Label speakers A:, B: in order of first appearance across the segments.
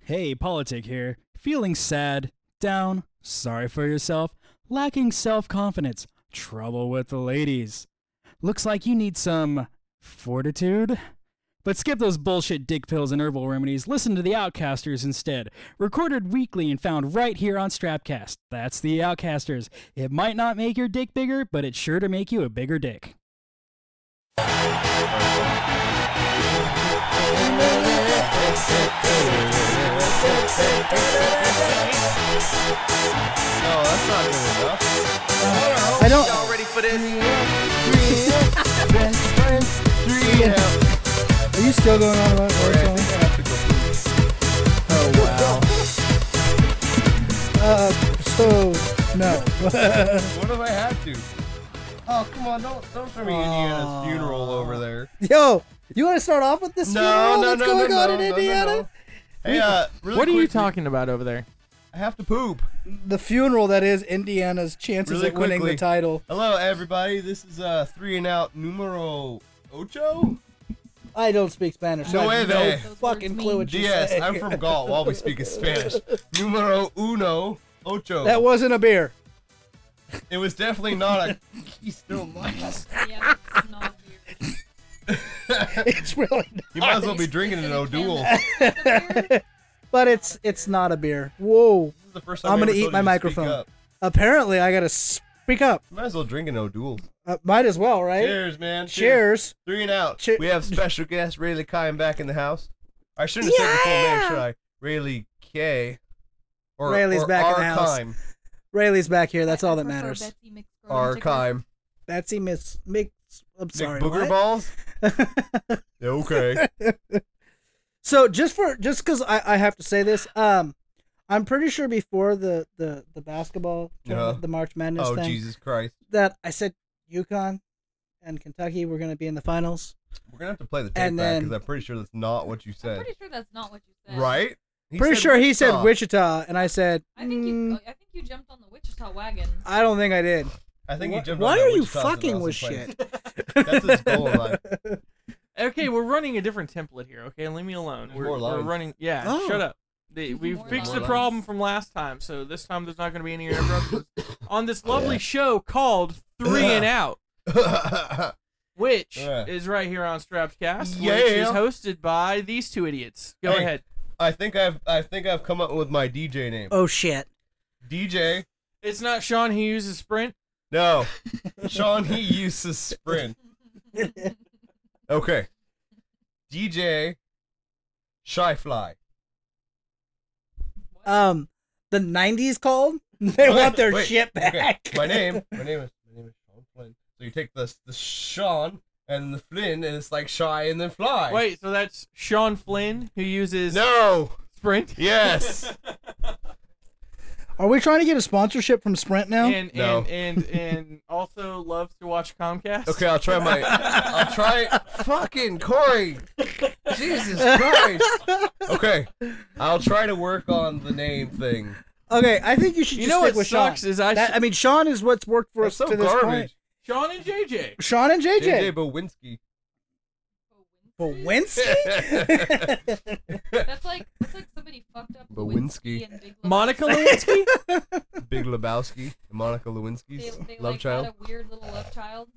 A: Hey, politic here. Feeling sad, down, sorry for yourself, lacking self confidence, trouble with the ladies. Looks like you need some fortitude. But skip those bullshit dick pills and herbal remedies. Listen to The Outcasters instead. Recorded weekly and found right here on Strapcast. That's The Outcasters. It might not make your dick bigger, but it's sure to make you a bigger dick.
B: No, that's not good enough.
C: I don't.
B: Y'all ready for this?
C: Three best friends. Three.
B: Yeah.
C: Are you still going on about
B: Alright, I
C: Warzone?
B: think I have to go pee. Oh
C: Uh, so no.
B: wow. What if I have to? Oh come on, don't don't throw me
C: Oh.
B: Indiana's funeral over there.
C: Yo, you want to start off with this funeral that's going on in Indiana?
B: Hey, uh, really
D: what are you
B: quickly,
D: talking about over there?
B: I have to poop.
C: The funeral that is Indiana's chances
B: Really
C: at winning
B: quickly.
C: the title.
B: Hello everybody, this is uh three and out numero ocho.
C: I don't speak Spanish.
B: No
C: I have
B: way.
C: No fucking clue what you
B: Yes,
C: say.
B: I'm from Gaul. While we speak in Spanish, numero uno ocho.
C: That wasn't a beer.
B: it was definitely not a. He's still lost.
E: Yeah, it's not weird.
C: It's really.
B: You might as well be drinking an O'Doul. This
C: But it's it's not a beer. Whoa.
B: is the first time
C: I'm
B: I
C: gonna
B: ever
C: eat
B: told
C: my
B: you to speak
C: microphone.
B: up.
C: Apparently, I gotta speak up.
B: You might as well drink an O'Doul.
C: Uh, might as well, right?
B: Cheers, man.
C: Cheers.
B: Three and out.
C: Che-
B: we have special guest Rayleigh Kime back in the house. I shouldn't have said the full name, should I? Rayleigh K. Or,
C: Rayleigh's
B: or
C: back in
B: R.
C: the house.
B: Kime.
C: Rayleigh's back here. That's all
E: I
C: that
E: prefer
C: matters.
E: Betsy McGroin
B: R.
E: chicken.
B: Kime.
C: Betsy Miss Mick. I'm
B: Nick
C: sorry.
B: Booger
C: what?
B: Balls? Yeah, okay.
C: So just for just because I, I have to say this, um, I'm pretty sure before the the the basketball tournament,
B: Yeah.
C: the March Madness
B: oh,
C: thing
B: Jesus Christ.
C: that I said UConn and Kentucky were going to be in the finals.
B: We're going to have to play the tape
C: And
B: back because
C: then-
B: I'm pretty sure that's not what you
E: I'm
B: said.
E: pretty sure that's not what you said.
B: Right? He
C: pretty
B: said
C: sure he said
B: Wichita.
C: Wichita, and I said
E: I think you.
C: "Mm,
E: oh, I think you jumped on the Wichita wagon.
C: I don't think I did.
B: I think he
C: Why-
B: jumped
C: why
B: on that
C: are you
B: Wichita's
C: fucking
B: announcing
C: with
B: place.
C: shit?
B: That's his goal in life.
D: Okay, we're running a different template here. Okay, leave me alone.
B: There's
D: We're,
B: more
D: we're
B: lines.
D: running. Yeah,
C: Oh.
D: shut up. They, we
E: More
D: fixed the
B: lines.
D: problem from last time, so this time there's not going to be any interruptions on this lovely show called Three and Out, which
B: Yeah.
D: is right here on Strapcast, which
B: Yeah.
D: is hosted by these two idiots. Go
B: Hey.
D: ahead.
B: I think I've I think I've come up with my DJ name.
C: oh shit!
B: DJ
D: It's not Sean Hughes' Sprint.
B: No. Sean, he uses Sprint. Okay. DJ Shyfly.
C: Um, the '90s called. They want their
B: Wait,
C: shit
B: okay.
C: back.
B: My name, my name is my name is Sean Flynn. So you take the the Sean and the Flynn, and it's like shy and then fly.
D: Wait, so that's Sean Flynn who uses
B: No.
D: Sprint
B: Yes.
C: Are we trying to get a sponsorship from Sprint now?
D: and
B: No.
D: and and and also loves to watch Comcast.
B: okay, I'll try my. I'll try. Fucking Corey. Jesus Christ. Okay, I'll try to work on the name thing.
C: Okay, I think you should.
D: You
C: just
D: know
C: stick
D: what
C: with
D: sucks
C: Sean.
D: is I
C: That-
D: sh-
C: I mean, Sean is what's worked for
B: That's
C: us
B: so
C: to this point.
B: garbage.
D: Sean and JJ.
C: Sean and
B: JJ
C: JJ.
B: Bowinski.
C: Bowinski?
E: That's like that's like somebody fucked up.
B: Bowinski.
E: Lewinsky and Big Lebowski.
D: Monica Lewinsky.
B: Big Lebowski, and Monica
E: They,
B: Lewinsky's
E: they
B: love
E: like
B: child.
E: had a weird little love child.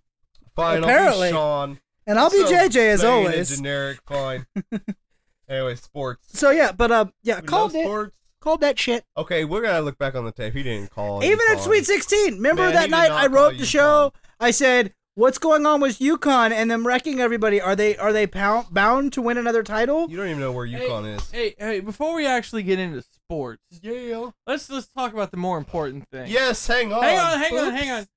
B: Fine, I'll
C: Apparently.
B: be Sean.
C: and I'll be
B: So
C: JJ as
B: plain and
C: always.
B: Generic, fine. anyway, sports.
C: So yeah, but um, yeah,
B: We
C: called
B: know
C: it.
B: sports.
C: Called that shit.
B: Okay, we're gonna look back on the tape. He didn't call. it, he
C: Even at
B: called.
C: Sweet Sixteen, remember
B: Man, he
C: that
B: did
C: night
B: not
C: I
B: call
C: wrote
B: you
C: the show. I said, "What's going on with UConn and them wrecking everybody? Are they are they pound, bound to win another title?"
B: You don't even know where UConn is.
D: Hey, hey, before we actually get into sports,
B: Yeah.
D: let's let's talk about the more important thing.
B: Yes, hang on.
D: Hang on, hang on, hang on.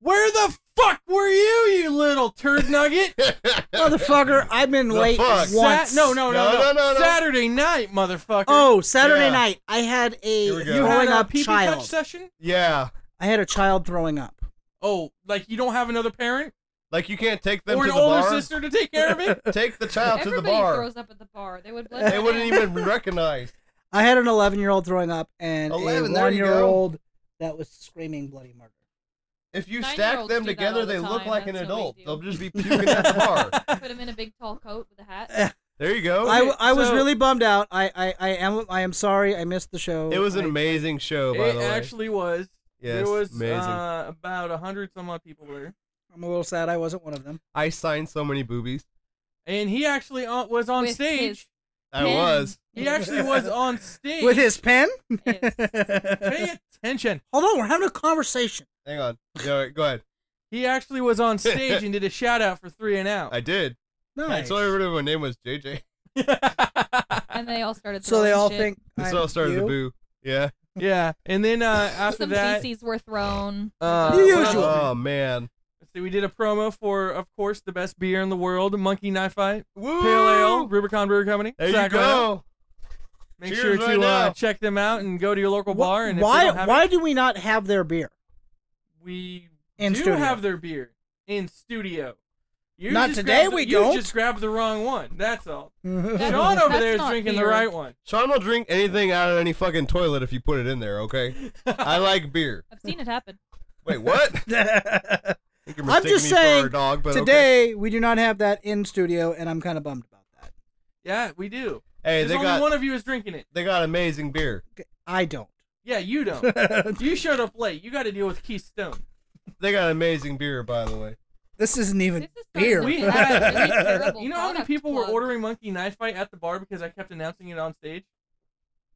D: Where the fuck were you, you little turd nugget?
C: Motherfucker, I've been
B: The
C: late
B: fuck?
C: once.
D: Sa- no, no,
B: No,
D: no, no,
B: no, no, no.
D: Saturday night, motherfucker.
C: Oh, Saturday
B: Yeah.
C: night I had a
B: Here we go.
D: you
B: yeah.
C: throwing
D: had a
C: up
D: pee
C: child.
D: touch session.
B: Yeah,
C: I had a child throwing up.
D: Oh, like you don't have another parent
B: like you can't take them
D: or
B: to
D: an
B: the
D: older
B: bar.
D: sister to take care of it.
B: Take the child to the
E: Everybody
B: bar.
E: throws up at the bar. They would.
B: They wouldn't even recognize.
C: I had an 11 year old throwing up and
B: 11,
C: a
B: there
C: one
B: you go.
C: year old that that was screaming bloody murder.
B: If you stack
E: Nine-year-olds
B: them
E: do that
B: together,
E: all the
B: they look
E: time.
B: like an
E: That's no
B: adult.
E: big deal.
B: They'll just be puking at the bar.
E: Put him in a big tall coat with a hat.
B: There you go.
C: I, w- I was
D: so-
C: really bummed out. I, I, I am I am sorry. I missed the show.
B: it was an
C: I-
B: amazing show, Oh, by
D: it
B: the way.
D: actually was.
B: yes,
D: there was
B: amazing.
D: uh, about a hundred some odd people there,
C: I'm a little sad I wasn't one of them.
B: I signed so many boobies.
D: and he actually on, was on
E: With
D: stage.
B: I
E: Pen.
B: was.
D: He actually was on stage.
C: With his pen?
E: Yes.
D: Pay attention.
C: Hold on, we're having a conversation.
B: Hang on. Yeah, all right, go ahead.
D: He actually was on stage and did a shout out for three and out.
B: I did. I
C: Nice.
B: told everybody my name was JJ.
E: And they all started.
C: So they
E: throwing
C: all
E: shit.
C: think
B: This
C: I'm
B: all started
C: you?
B: the boo. Yeah.
D: yeah, and then uh, after
E: Some
D: that,
E: feces were thrown.
D: Uh,
C: The
D: well,
C: usual.
B: Oh man.
D: let's see, we did a promo for, of course, the best beer in the world, Monkey Knife Fight
B: Woo!
D: Pale Ale Rubicon Brewer Company.
B: There you
D: Sacramento.
B: go.
D: Make
B: Cheers
D: sure
B: right
D: to
B: now.
D: uh, check them out and go to your local
C: Wh-
D: bar. And if they
C: why
D: don't have
C: why
D: it,
C: do we not have their beer?
D: we
C: In
D: do
C: studio.
D: have their beer in studio? You
C: Not
D: just
C: today,
D: grabbed the-
C: we
D: you
C: don't.
D: Just grabbed the wrong one. That's all.
E: That's-
D: Sean over
E: that's
D: there is
E: not
D: drinking the
E: beer.
D: right one.
B: Sean will drink anything out of any fucking toilet if you put it in there, okay? I like beer.
E: I've seen it happen.
B: Wait, what? I think you're
C: I'm
B: mistaking
C: just
B: me for
C: saying,
B: a dog, but okay.
C: Today we do not have that in studio, and I'm kind of bummed about that.
D: Yeah, we do.
B: Hey,
D: There's
B: they
D: only
B: got
D: one of you is drinking it.
B: they got amazing beer.
C: I don't.
D: Yeah, you don't. you showed up late. You got to deal with Keith Stone.
B: They got amazing beer, by the way.
C: This isn't even
E: This is
C: beer.
E: starting
D: We
E: to sound like
D: had-
E: really terrible
D: You know how many
E: product
D: people were
E: plug.
D: ordering Monkey Knife Fight at the bar because I kept announcing it on stage?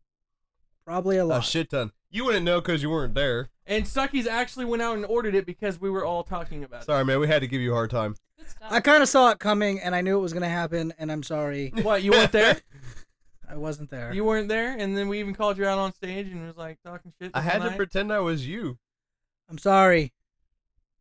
C: Probably
B: A
C: a lot.
B: shit ton. You wouldn't know because you weren't there.
D: And Suckies actually went out and ordered it because we were all talking about
B: Sorry, man. We had to give you a hard time.
E: Good stuff.
C: I kind of saw it coming, and I knew it was gonna happen, and I'm sorry
D: it. What, you weren't there?
C: I wasn't there.
D: You weren't there? And then we even called you out on stage and was like talking shit.
B: I
D: the
B: had
D: whole
B: to pretend I was you.
C: I'm sorry.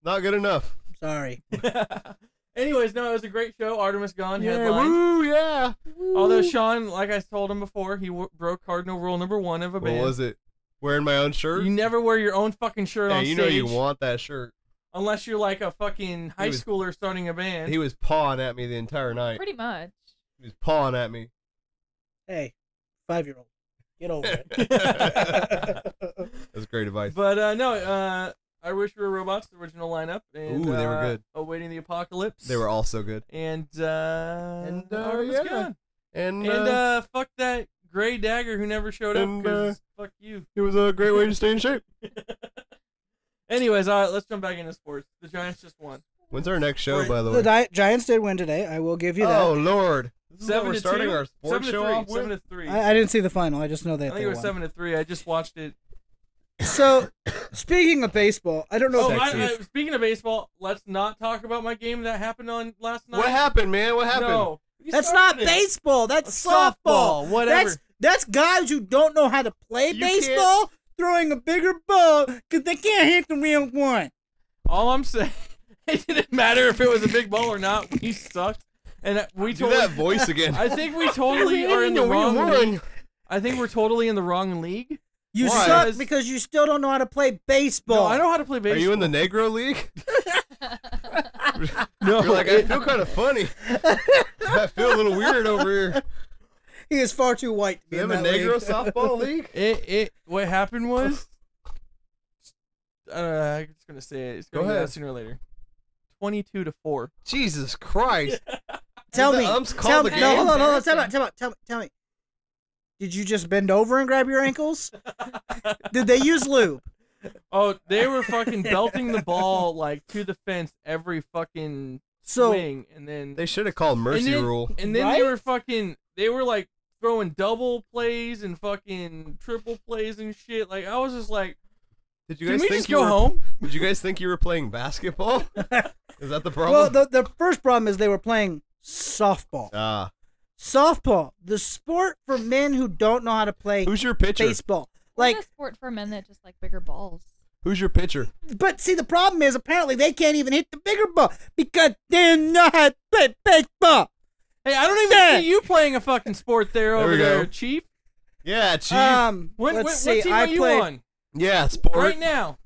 B: Not good enough.
C: I'm sorry.
D: night. Anyways, no, it was a great show. Artemis Gone
B: Yeah,
D: headline.
B: woo, yeah.
D: Although Sean, like I told him before, he w- broke cardinal rule number one of a
B: What
D: band.
B: was it? Wearing my own shirt?
D: You never wear your own fucking shirt
B: hey,
D: on
B: you
D: stage
B: know you want that shirt.
D: unless you're like a fucking high
B: He was-
D: schooler starting a band.
B: He was pawing at me the entire night.
E: Pretty much.
B: He was pawing at me.
C: Hey, five year old, get over it.
B: That's great advice.
D: But uh, no, uh, I wish we were robots. The original lineup. And,
B: Ooh, they were
D: uh,
B: good.
D: Awaiting the apocalypse.
B: They were all so good.
D: And uh,
B: And, uh,
D: Artemis
B: yeah.
D: Gone.
B: And,
D: And
B: uh,
D: uh, fuck that gray dagger who never showed up.
B: and, uh,
D: 'cause fuck you.
B: it was a great way to stay in shape.
D: Anyways, all right, let's jump back into sports. The Giants just won.
B: When's our next show,
D: Right.
B: by the way?
C: The Di- Giants did win today. I will give you that.
B: oh, Lord. This is what
D: Seven
B: we're
D: to
B: starting
D: two?
B: our
D: seven
B: sports
D: to
B: show
D: three.
B: off with?
D: Seven to three. I,
C: I, I didn't see the final. I just know that
D: think
C: they
D: it was
C: won.
D: seven to three. I just watched it.
C: So, speaking of baseball, I don't know.
D: Oh,
C: if
D: I,
C: that's-
D: I, speaking of baseball, let's not talk about my game that happened on last night.
B: What happened, man? What happened?
D: No, You
C: that's not
D: started it.
C: baseball. That's
D: Softball,
C: softball.
D: whatever.
C: That's that's guys who don't know how to play
B: You can't-
C: baseball throwing a bigger ball because they can't hit the real one.
D: All I'm saying, it didn't matter if it was a big ball or not. We sucked, and we
B: Do
D: totally.
B: that voice again.
D: I think we totally are in the wrong. league. I think we're totally in the wrong league.
C: You
B: Why?
C: suck because you still don't know how to play
D: No,
C: baseball.
D: I know how to play
B: Are
D: baseball.
B: you in the Negro League?
D: No,
B: You're like, I feel kind of funny. I feel a little weird over here.
C: He is far too white to be
B: You
C: in
B: have a
C: that
B: Negro
C: league.
B: softball league?
D: It it what happened was uh, I'm just gonna say it. It's
B: Go
D: gonna go
B: ahead.
D: out sooner or later. Twenty two to four.
B: Jesus Christ.
C: Tell
B: the
C: me.
B: umps
C: Tell
B: called
C: me.
B: the
C: No,
B: game?
C: hold on, hold on. Tell me. Tell me. Tell me. Tell me. Did you just bend over and grab your ankles? Did they use lube?
D: Oh, they were fucking belting the ball like to the fence every fucking
C: So
D: swing and then
B: They should have called Mercy
D: and then,
B: Rule.
D: And then they
C: Right?
D: were fucking they were like throwing double plays and fucking triple plays and shit. Like I was just like
B: Did you
D: Can
B: guys
D: we
B: think
D: just
B: you
D: go
B: were-
D: home?
B: Did you guys think you were playing basketball? Is that the problem?
C: Well, the, the first problem is they were playing softball.
B: ah,
C: Softball, the sport for men who don't know how to play
B: who's your pitcher?
C: baseball.
E: like
C: Like,
E: a sport for men that just like bigger balls.
B: Who's your pitcher?
C: but see, the problem is apparently they can't even hit the bigger ball because they don't know how to play baseball.
D: Hey, I don't even
C: Yeah.
D: see you playing a fucking sport there,
B: There
D: over
B: we go.
D: there, Chief.
B: Yeah, chief.
C: Um,
D: When,
C: let's
D: when,
C: see.
D: what team
C: I
D: are you
C: played.
D: on?
B: yeah, sport.
D: Uh, Right now.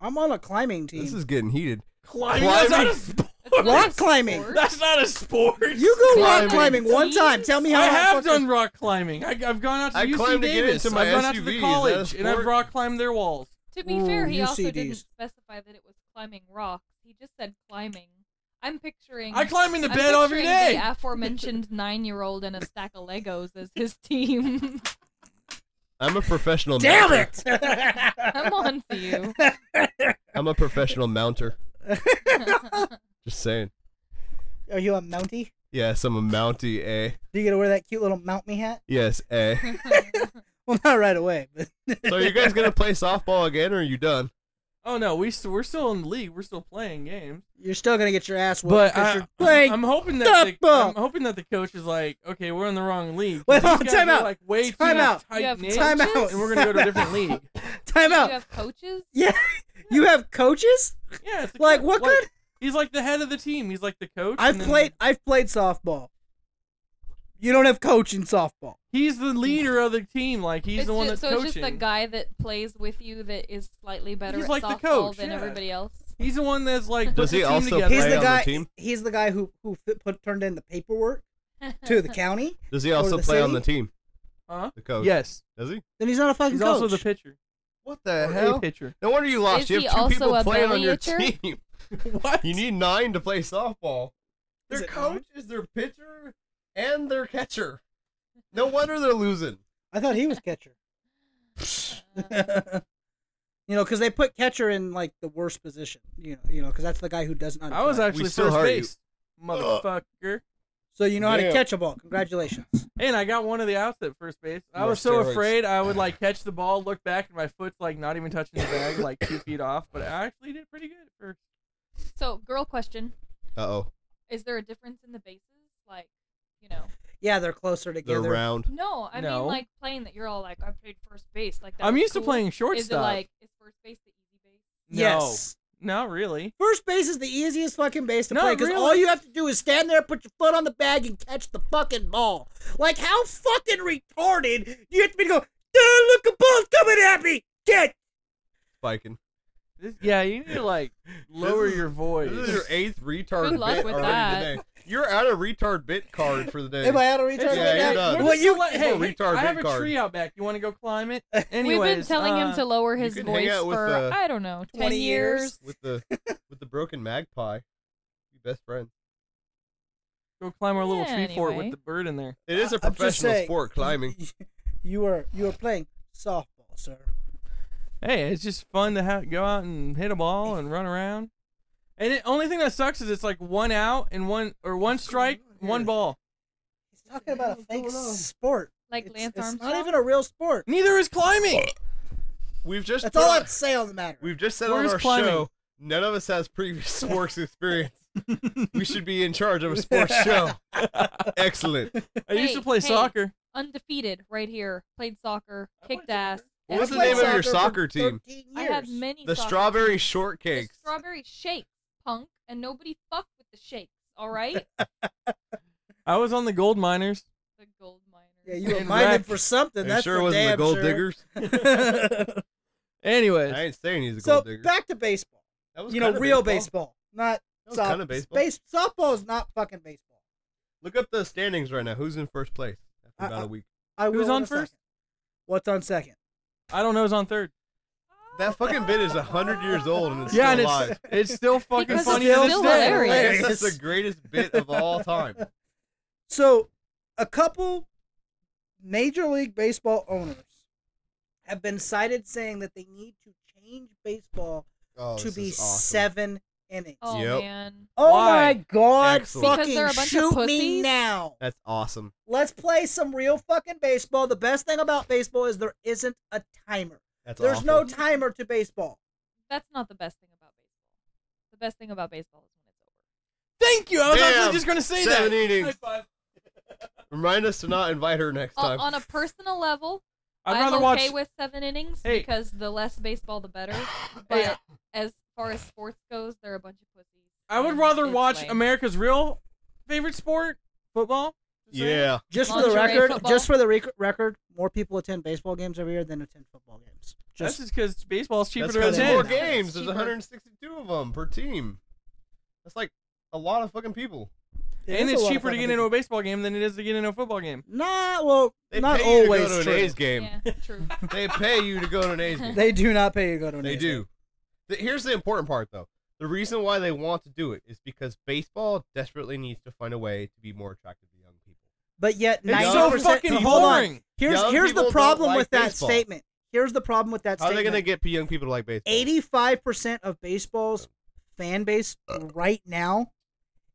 C: I'm on a climbing team.
B: This is getting heated.
D: Climbing.
B: Climbing.
D: That's not a sport.
E: That's not
C: Rock
E: a
C: climbing.
E: sport.
D: That's not a sport.
C: you go rock
B: Climbing.
C: climbing one time. Tell me how
D: I
C: to
D: have
C: fucking-
D: done rock climbing. I, I've gone out to
B: I
D: UC
B: climbed to get
D: Davis.
B: into my
D: I've gone out to
B: SUV.
D: the
B: Is that a
D: college, and I've
B: sport?
D: rock climbed their walls.
E: To be fair,
C: Ooh,
E: he also
C: UCDs.
E: didn't specify that it was climbing rocks. He just said climbing. I'm picturing.
D: I climb into
E: I'm
D: bed every
E: picturing
D: day.
E: The aforementioned nine-year-old and a stack of Legos as his team.
B: I'm a professional.
C: Damn
B: mounter.
C: it!
E: I'm on to you.
B: I'm a professional mounter. Just saying.
C: Are you a Mountie?
B: Yes, I'm a Mountie. A
C: Do you get to wear that cute little Mount Me hat?
B: yes, a.
C: Well, not right away, but
B: So are you guys gonna play softball again, or are you done?
D: Oh no, we st- we're still in the league. We're still playing games.
C: you're still gonna get your ass whooped
D: But
C: because
D: I,
C: you're playing.
D: I'm hoping that the,
C: softball.
D: I'm hoping that the coach is like, okay, we're in the wrong league.
C: Wait,
D: These
C: hold on,
D: guys
C: time
D: are,
C: out.
D: Like way too
C: Time out.
D: tight
E: You have
D: knit,
C: time out.
E: coaches?
D: and we're gonna go to a different league.
C: Time
E: You
C: out.
E: have coaches.
C: Yeah, you have coaches.
D: Yeah, it's the
C: Like,
D: coach.
C: what
D: like,
C: kind-
D: He's like the head of the team. He's like the coach.
C: I've
D: and then
C: played. I've played softball. You don't have coach in softball.
D: He's the leader of the team. Like he's
E: It's
D: the one
E: just,
D: that's
E: so
D: coaching.
E: it's just the guy that plays with you that is slightly better
D: He's
E: at
D: like the
E: softball
D: coach,
E: than
D: yeah.
E: everybody else.
D: He's the one that's like
B: Does
D: puts
B: he
D: the team
B: also
D: together.
C: He's
B: play
C: the
B: on the
C: guy.
B: team?
C: He's the guy who who fit, put turned in the paperwork to the county.
B: Does he
C: Or
B: also
C: the
B: play on
C: city?
B: the team?
D: Huh?
B: The coach.
D: Yes.
B: Does he?
C: Then he's not a fucking
D: He's
C: coach.
D: also the pitcher.
B: What the
D: Or
B: hell?
D: A pitcher.
B: No wonder you lost.
E: Is
B: you
E: he
B: have two
E: also
B: people
E: a
B: playing on
E: belly
B: your
E: itcher?
B: team.
D: what?
B: You need nine to play softball.
C: Is
B: Their
C: it
B: coach is their pitcher and their catcher. No wonder they're losing.
C: I thought he was catcher. you know, because they put catcher in like the worst position. You know, you know, because that's the guy who does not.
D: I was
C: play.
D: actually
B: still
D: first
B: hurt you.
D: base, motherfucker.
C: So you know how
B: Yeah.
C: to catch a ball. Congratulations.
D: And I got one of the outs at first base. I
B: You
D: was
B: are
D: so
B: steroids.
D: afraid I would like catch the ball, look back, and my foot's like not even touching the bag, like two feet off. But I actually did pretty good. For...
E: So, girl question:
B: Uh oh.
E: Is there a difference in the bases? Like, you know,
C: Yeah, they're closer
B: They're
C: together.
B: round.
E: no, I
D: No.
E: mean like playing that you're all like, I played first base. Like that
D: I'm
E: was
D: used
E: cool.
D: to playing
E: Is it
D: shortstop.
E: like is first base the easy base?
D: no,
C: Yes.
D: not really.
C: First base is the easiest fucking base to
D: Not
C: play because
D: really.
C: all you have to do is stand there, put your foot on the bag, and catch the fucking ball. Like how fucking retarded do you have to be to go? Dude, look, a ball's coming at me. Get
B: Spiking.
D: This, yeah, you need to like lower your voice.
B: This is your eighth retard
E: Good luck
B: bit
E: with
B: already
E: that.
B: today. You're out of retard bit card for the day.
C: Am I out of
D: It's
C: return?
B: Yeah,
D: okay.
B: you're done.
D: We're
C: Well,
D: just
C: you-
D: gonna let-
B: It's
D: hey,
B: a
D: hey,
B: retard
D: I have
B: big
D: a
B: card.
D: tree out back. You want to go climb it? Anyways,
E: We've been telling him
D: uh,
E: to lower
B: you
E: his
B: could hang
E: voice
B: out with,
E: for
B: uh,
E: I don't know,
C: 20
E: ten
C: years.
E: years.
B: With the with the broken magpie. Your best friend.
D: go climb our little tree
E: Yeah,
D: fort with
E: anyway.
D: the bird in there.
B: It is a
C: I'm just
B: professional
C: saying,
B: sport, climbing.
C: You are you are playing softball, sir.
D: Hey, it's just fun to ha- go out and hit a ball and run around. And the only thing that sucks is it's like one out and one or one strike, one ball.
C: He's talking about a fake
B: going on?
C: sport.
E: Like
C: it's,
E: Lance
C: it's not
E: Armstrong?
C: even a real sport.
D: Neither is climbing.
B: We've just
C: That's
B: put
C: all I
B: on-
C: have to say on the matter.
B: We've just said
D: Where's
B: on our
D: climbing?
B: show, none of us has previous sports experience. we should be in charge of a sports show. Excellent.
D: I used to
E: Hey,
D: play
E: hey.
D: soccer.
E: Undefeated right here. Played soccer, kicked
D: played
E: ass.
B: What was
E: That
B: the
C: I've
B: name
C: played
B: of your
C: for
B: soccer team?
C: 13
E: I had
C: years.
E: many.
B: The
E: soccer
B: strawberry
E: teams. The
B: shortcakes.
E: strawberry shakes, punk, and nobody fucked with the shakes. All right,
D: I was on the gold miners.
E: the gold miners.
C: Yeah, you were
D: And
C: mining
D: wrecked.
C: for something.
B: It
C: That's
B: sure
C: for
B: wasn't the
C: damn
B: gold
C: sure.
B: diggers. I
D: Anyways,
B: ain't saying he's a
C: so
B: gold digger.
C: back to baseball.
B: That was
C: You know,
B: kinda
C: real baseball, not
B: That was
C: soft-
B: kinda baseball.
C: Base, softball is not fucking baseball.
B: Look up the standings right now. Who's in first place after
C: Uh,
B: about
C: uh,
B: a week?
C: I
D: Who's
C: will
D: on
C: in a
D: first?
C: second. What's on second?
D: I don't know who's on third.
B: That fucking bit is hundred years old and it's
D: yeah,
B: still
D: and
B: alive.
D: it's it's still fucking
E: Because it's
D: funny to this
E: still
D: day.
E: hilarious.
B: Yes, That's the greatest bit of all time.
C: So, a couple Major League Baseball owners have been cited saying that they need to change baseball
B: Oh,
C: to
B: this
C: be
B: is awesome.
C: seven innings.
E: Oh
B: Yep.
E: man.
C: Oh
D: Why?
C: my god,
B: Excellent.
E: Because
C: fucking
E: they're a bunch of
C: shoot me
E: pussies?
C: now.
B: That's awesome.
C: Let's play some real fucking baseball. The best thing about baseball is there isn't a timer.
B: That's
C: There's
B: awful.
C: no timer to baseball.
E: That's not the best thing about baseball. The best thing about baseball is when it's over.
D: Thank you. I was
B: Damn,
D: actually just gonna say
B: seven
D: that.
B: innings.
D: High five.
B: Remind us to not invite her next
E: On-
B: time.
E: on a personal level,
D: I'd
E: am
D: rather
E: okay
D: watch.
E: with seven innings
D: Hey.
E: because the less baseball, the better. But
D: Hey,
E: as far as sports goes, they're a bunch of pussies.
D: I would
E: and
D: rather
E: it's
D: watch
E: lame.
D: America's real favorite sport, football. Just saying.
B: yeah.
C: Just for the
E: Lingerie
C: record,
E: football?
C: just for the rec- record, more people attend baseball games every year than attend football games. Just
D: That's just because baseball's cheaper
B: That's
D: to
B: 'cause more
D: attend.
E: game.
B: games. There's
E: Cheaper.
B: 162 of them per team. That's like a lot of fucking people.
C: It
D: and
C: is a
D: it's
C: lot of
D: cheaper to
C: fucking
D: get into a baseball game than it is to get into a football game.
C: Nah, well,
B: They
C: not
B: pay you to
C: always
B: go to an
C: true.
B: A's game.
E: Yeah, true.
B: They pay you to go to an A's game.
C: They do not pay you to go to an
B: They
C: A's game.
B: do. The- Here's the important part, though. The reason why they want to do it is because baseball desperately needs to find a way to be more attractive to young people.
C: But yet,
B: It's
C: ninety
B: so
D: fucking
C: hold on.
D: boring.
C: Here's
B: Young
C: here's
B: people
C: the
B: don't
C: problem
B: like
C: with that
B: baseball.
C: statement. Here's the problem with that
B: How are they
C: statement.
B: going to get p- young people to like baseball?
C: 85% of baseball's fan base right now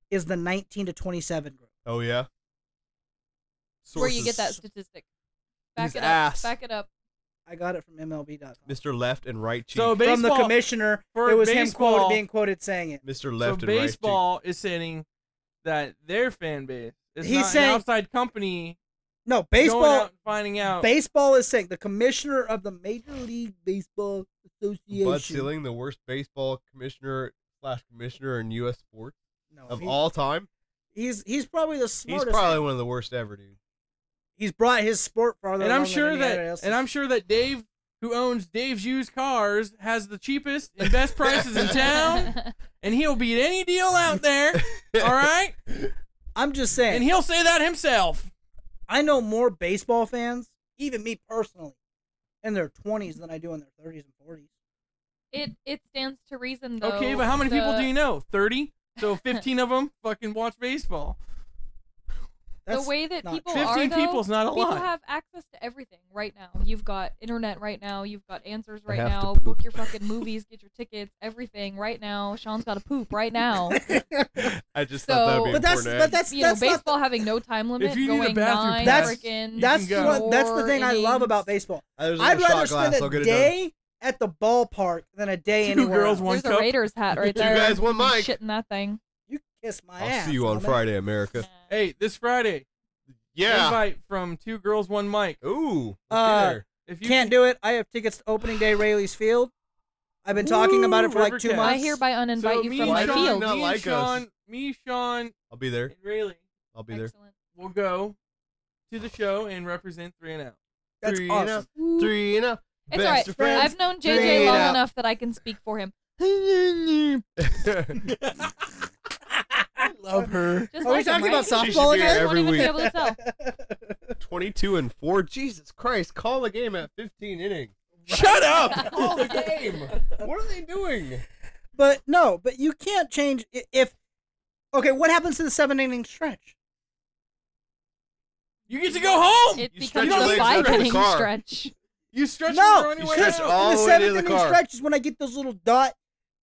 C: is the 19 to 27 group.
B: Oh yeah.
E: Where you get that
B: Sources.
E: statistic. Back
B: His
E: it
B: ass.
E: up. Back it up.
C: I got it from MLB.com.
B: Mr. Left and Right Cheek.
D: So
C: from the
D: baseball,
C: commissioner.
D: for
C: it was him
D: baseball-
C: quoted, being quoted saying it.
B: Mr.
D: so
B: Left and Right
D: baseball is saying that their fan base is
C: He's
D: not
C: saying-
D: an outside company
C: No,
D: going out
C: baseball.
D: and finding out.
C: Baseball is saying the commissioner of the Major League Baseball
B: Cheek.
C: Association.
B: Bud Selig, the worst baseball commissioner slash commissioner in U.S. sports
C: No,
B: of
C: Oh, he-
B: all time.
C: he's he's probably the
B: He's
C: smartest.
B: probably one of the worst ever, dude.
C: he's brought his sport farther.
D: and I'm
C: along than
D: sure
C: any
D: that
C: other else.
D: and I'm sure that Dave, who owns Dave's used cars, has the cheapest and best prices in town, and he'll beat any deal out there. All right,
C: I'm just
D: and
C: saying.
D: he'll say that himself.
C: I know more baseball fans, even me personally, in their 20s than I do in their 30s and 40s.
E: it it stands to reason though.
D: Okay, but how many people
E: the-
D: do you know? Thirty. So fifteen of them fucking watch baseball.
C: That's
E: the way that
C: not
E: people
C: true.
E: are
D: 15
E: though,
D: people's not a
E: people
D: lot.
E: have access to everything right now you've got internet right now you've got answers right
B: have to
E: now
B: poop.
E: book your fucking movies get your tickets everything right now sean's got to poop right now
B: I just
E: So-
B: thought that would be
E: But
C: But that's
B: important.
C: but that's
E: you
C: that's
E: know
C: not
E: baseball
C: the,
E: having no time limit
D: you need a
E: going
D: bathroom
E: nine
D: pass,
E: freaking
C: that's
D: You can
E: four
D: go.
C: what that's the thing I love
E: innings.
C: about baseball.
B: Uh, there's
C: I'd
B: another shot
C: rather spend
B: glass, I'll get
C: a
B: it done.
C: day at the ballpark than a day
D: Two
C: anywhere.
D: girls,
C: else.
D: one
E: there's
D: cup.
E: a raiders hat right
B: You
E: there
B: guys want
E: You're
B: Mike?
E: shitting that thing
C: You kiss my
B: I'll
C: ass.
B: see you on
C: I'm
B: Friday, America.
D: Hey, this Friday,
B: Yeah.
D: invite from two girls, one mic.
B: Ooh.
C: Uh,
B: there.
D: If
C: out.
D: you
C: Can't do it. I have tickets to opening day Raley's Field. I've been talking about it for like
D: River
C: two
D: Cats.
E: i
C: months.
E: hereby uninvite
D: so
E: you
D: me
E: from
D: and
E: my
B: do
D: Sean,
B: you
E: field
B: not
D: me,
B: like us?
D: Sean me, Sean,
B: I'll be there.
D: and Rayleigh
B: I'll be there.
E: Excellent.
D: will go to the show and represent three and out.
C: That's
B: Three and
C: awesome.
B: a- Three and a
E: it's
B: best
E: all right.
B: of
E: I've known JJ
B: Three
E: long
B: out.
E: enough that I can speak for him.
B: friends.
D: I love her.
E: Just
C: Are we
E: like him,
C: talking
E: right?
C: about
B: She should
C: softball
B: be here
E: I
C: again?
E: won't
B: every
E: even be
B: week.
E: able to tell.
B: 22 and 4. Jesus Christ. Call the game at 15 innings.
D: Shut up.
B: Call the game. What are they doing?
C: But no, but you can't change i- if. Okay, what happens to the seven inning stretch?
D: You get to go home.
E: It
B: You stretch
E: becomes
D: your
E: a
D: legs
E: five
D: under the
E: inning
B: car.
E: stretch.
D: you stretch
C: no,
D: your own
B: You
D: way
B: stretch
D: out.
B: all
C: the
B: the way
C: seventh
B: to the
C: inning
B: car.
C: stretch is when I get those little dot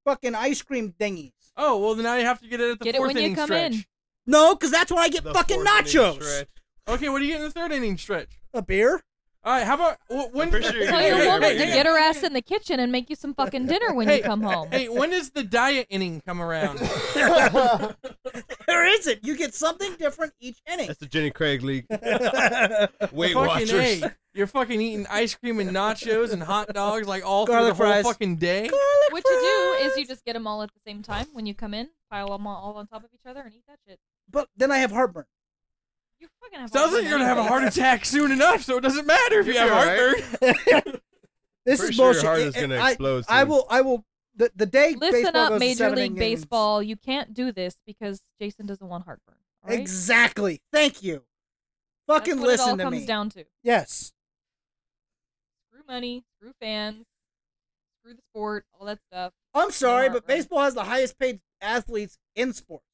C: fucking ice cream thingies.
D: Oh well, then I have to get it at the
E: Get it
D: fourth
E: when you
D: inning
E: come
D: stretch.
E: in.
C: No, because that's when I get
B: The
C: fucking
B: fourth inning
C: nachos.
B: stretch.
D: Okay, what do you get in the third inning stretch?
C: A beer?
D: All right, how about wh- when?
B: pretty sure you're
E: Tell
B: Hey,
E: your
B: hey,
E: woman
B: hey,
E: to
B: hey.
E: get her ass in the kitchen and make you some fucking dinner when
D: Hey,
E: you come home.
D: Hey, when does the diet inning come around?
C: There isn't. You get something different each inning.
B: That's the Jenny Craig League. Weight
D: fucking
B: Watchers.
D: A, you're fucking eating ice cream and nachos and hot dogs like all
C: Garlic
D: through the
C: fries.
D: whole fucking day.
E: What you do is you just get them all at the same time when you come in, pile them all on top of each other, and eat that shit.
C: But then I have heartburn.
E: You're fucking have.
D: Sounds like you're gonna have a heart attack soon enough, so it doesn't matter if you
B: You'll
D: have
B: be all right.
D: heartburn.
C: This
B: Pretty
C: is
B: sure your
C: bullshit.
B: heart
C: It-
B: is
C: it-
B: gonna
C: I-
B: explode
C: I
B: soon.
C: will. I will. The, the day.
E: Listen
C: baseball
E: up,
C: goes to
E: Major
C: seven
E: League
C: innings-
E: Baseball. You can't do this because Jason doesn't want heartburn. all right?
C: Exactly. Thank you.
E: That's
C: Fucking
E: what
C: listen
E: it all
C: to
E: comes
C: me.
E: down to.
C: Yes.
E: Screw money, screw fans, screw the sport, all that stuff.
C: I'm sorry,
E: Smart,
C: but
E: right?
C: baseball has the highest paid athletes in sports.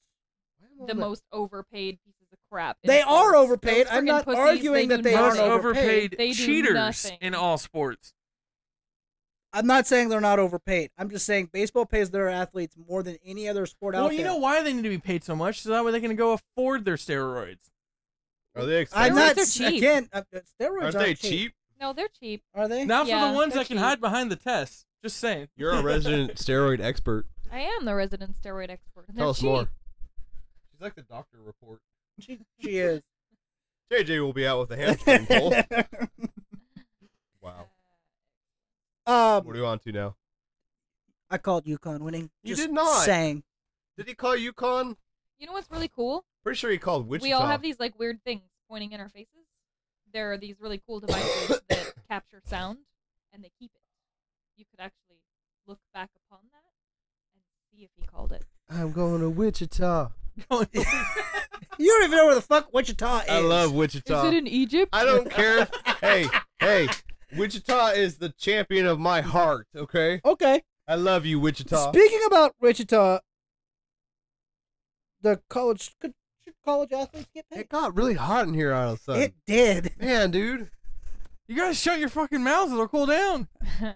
E: the most overpaid pieces of crap. in
C: They are
E: sports.
C: overpaid.
E: Those
C: I'm
E: friggin'
C: not
E: pussies,
C: arguing
E: they
C: that
E: do
C: they aren't
D: Most
E: nothing.
C: overpaid.
D: overpaid
E: They do
D: cheaters
E: nothing.
D: in all sports.
C: I'm not saying they're not overpaid. I'm just saying baseball pays their athletes more than any other sport out
D: Well, you
C: there.
D: know why they need to be paid so much, so that way they can go afford their steroids.
B: Are they expensive?
C: I'm not
E: Steroids are cheap.
C: again. Uh, uh, steroids
B: Aren't
C: aren't
B: they cheap?
E: No, they're cheap.
C: Are they?
D: Not for
E: Yeah,
D: the ones
E: they're
D: that can
E: cheap.
D: hide behind the test. Just saying.
B: You're a resident steroid expert.
E: I am the resident steroid expert. and
B: Tell
E: they're
B: us more.
E: cheap.
B: She's like the doctor report.
C: She, she is.
B: JJ will be out with a hamstring pull. wow. What are
C: um,
B: you on to now?
C: I called UConn winning.
B: You
C: Just
B: did not.
C: Saying
B: Did he call UConn?
E: You know what's really cool?
B: Pretty sure he called Wichita.
E: We all have these like weird things pointing in our faces. There are these really cool devices that capture sound and they keep it. You could actually look back upon that and see if he called it.
B: I'm going to Wichita.
C: you don't even know where the fuck Wichita is.
B: I love Wichita.
E: in Egypt?
B: I don't care. hey, hey, Wichita is the champion of my heart. Okay,
C: Okay.
B: I love you, Wichita.
C: Speaking about Wichita, the college could should college athletes get paid.
B: it got really hot in here all of a sudden.
C: It did.
B: Man, dude.
D: You guys shut your fucking mouths, it'll cool down.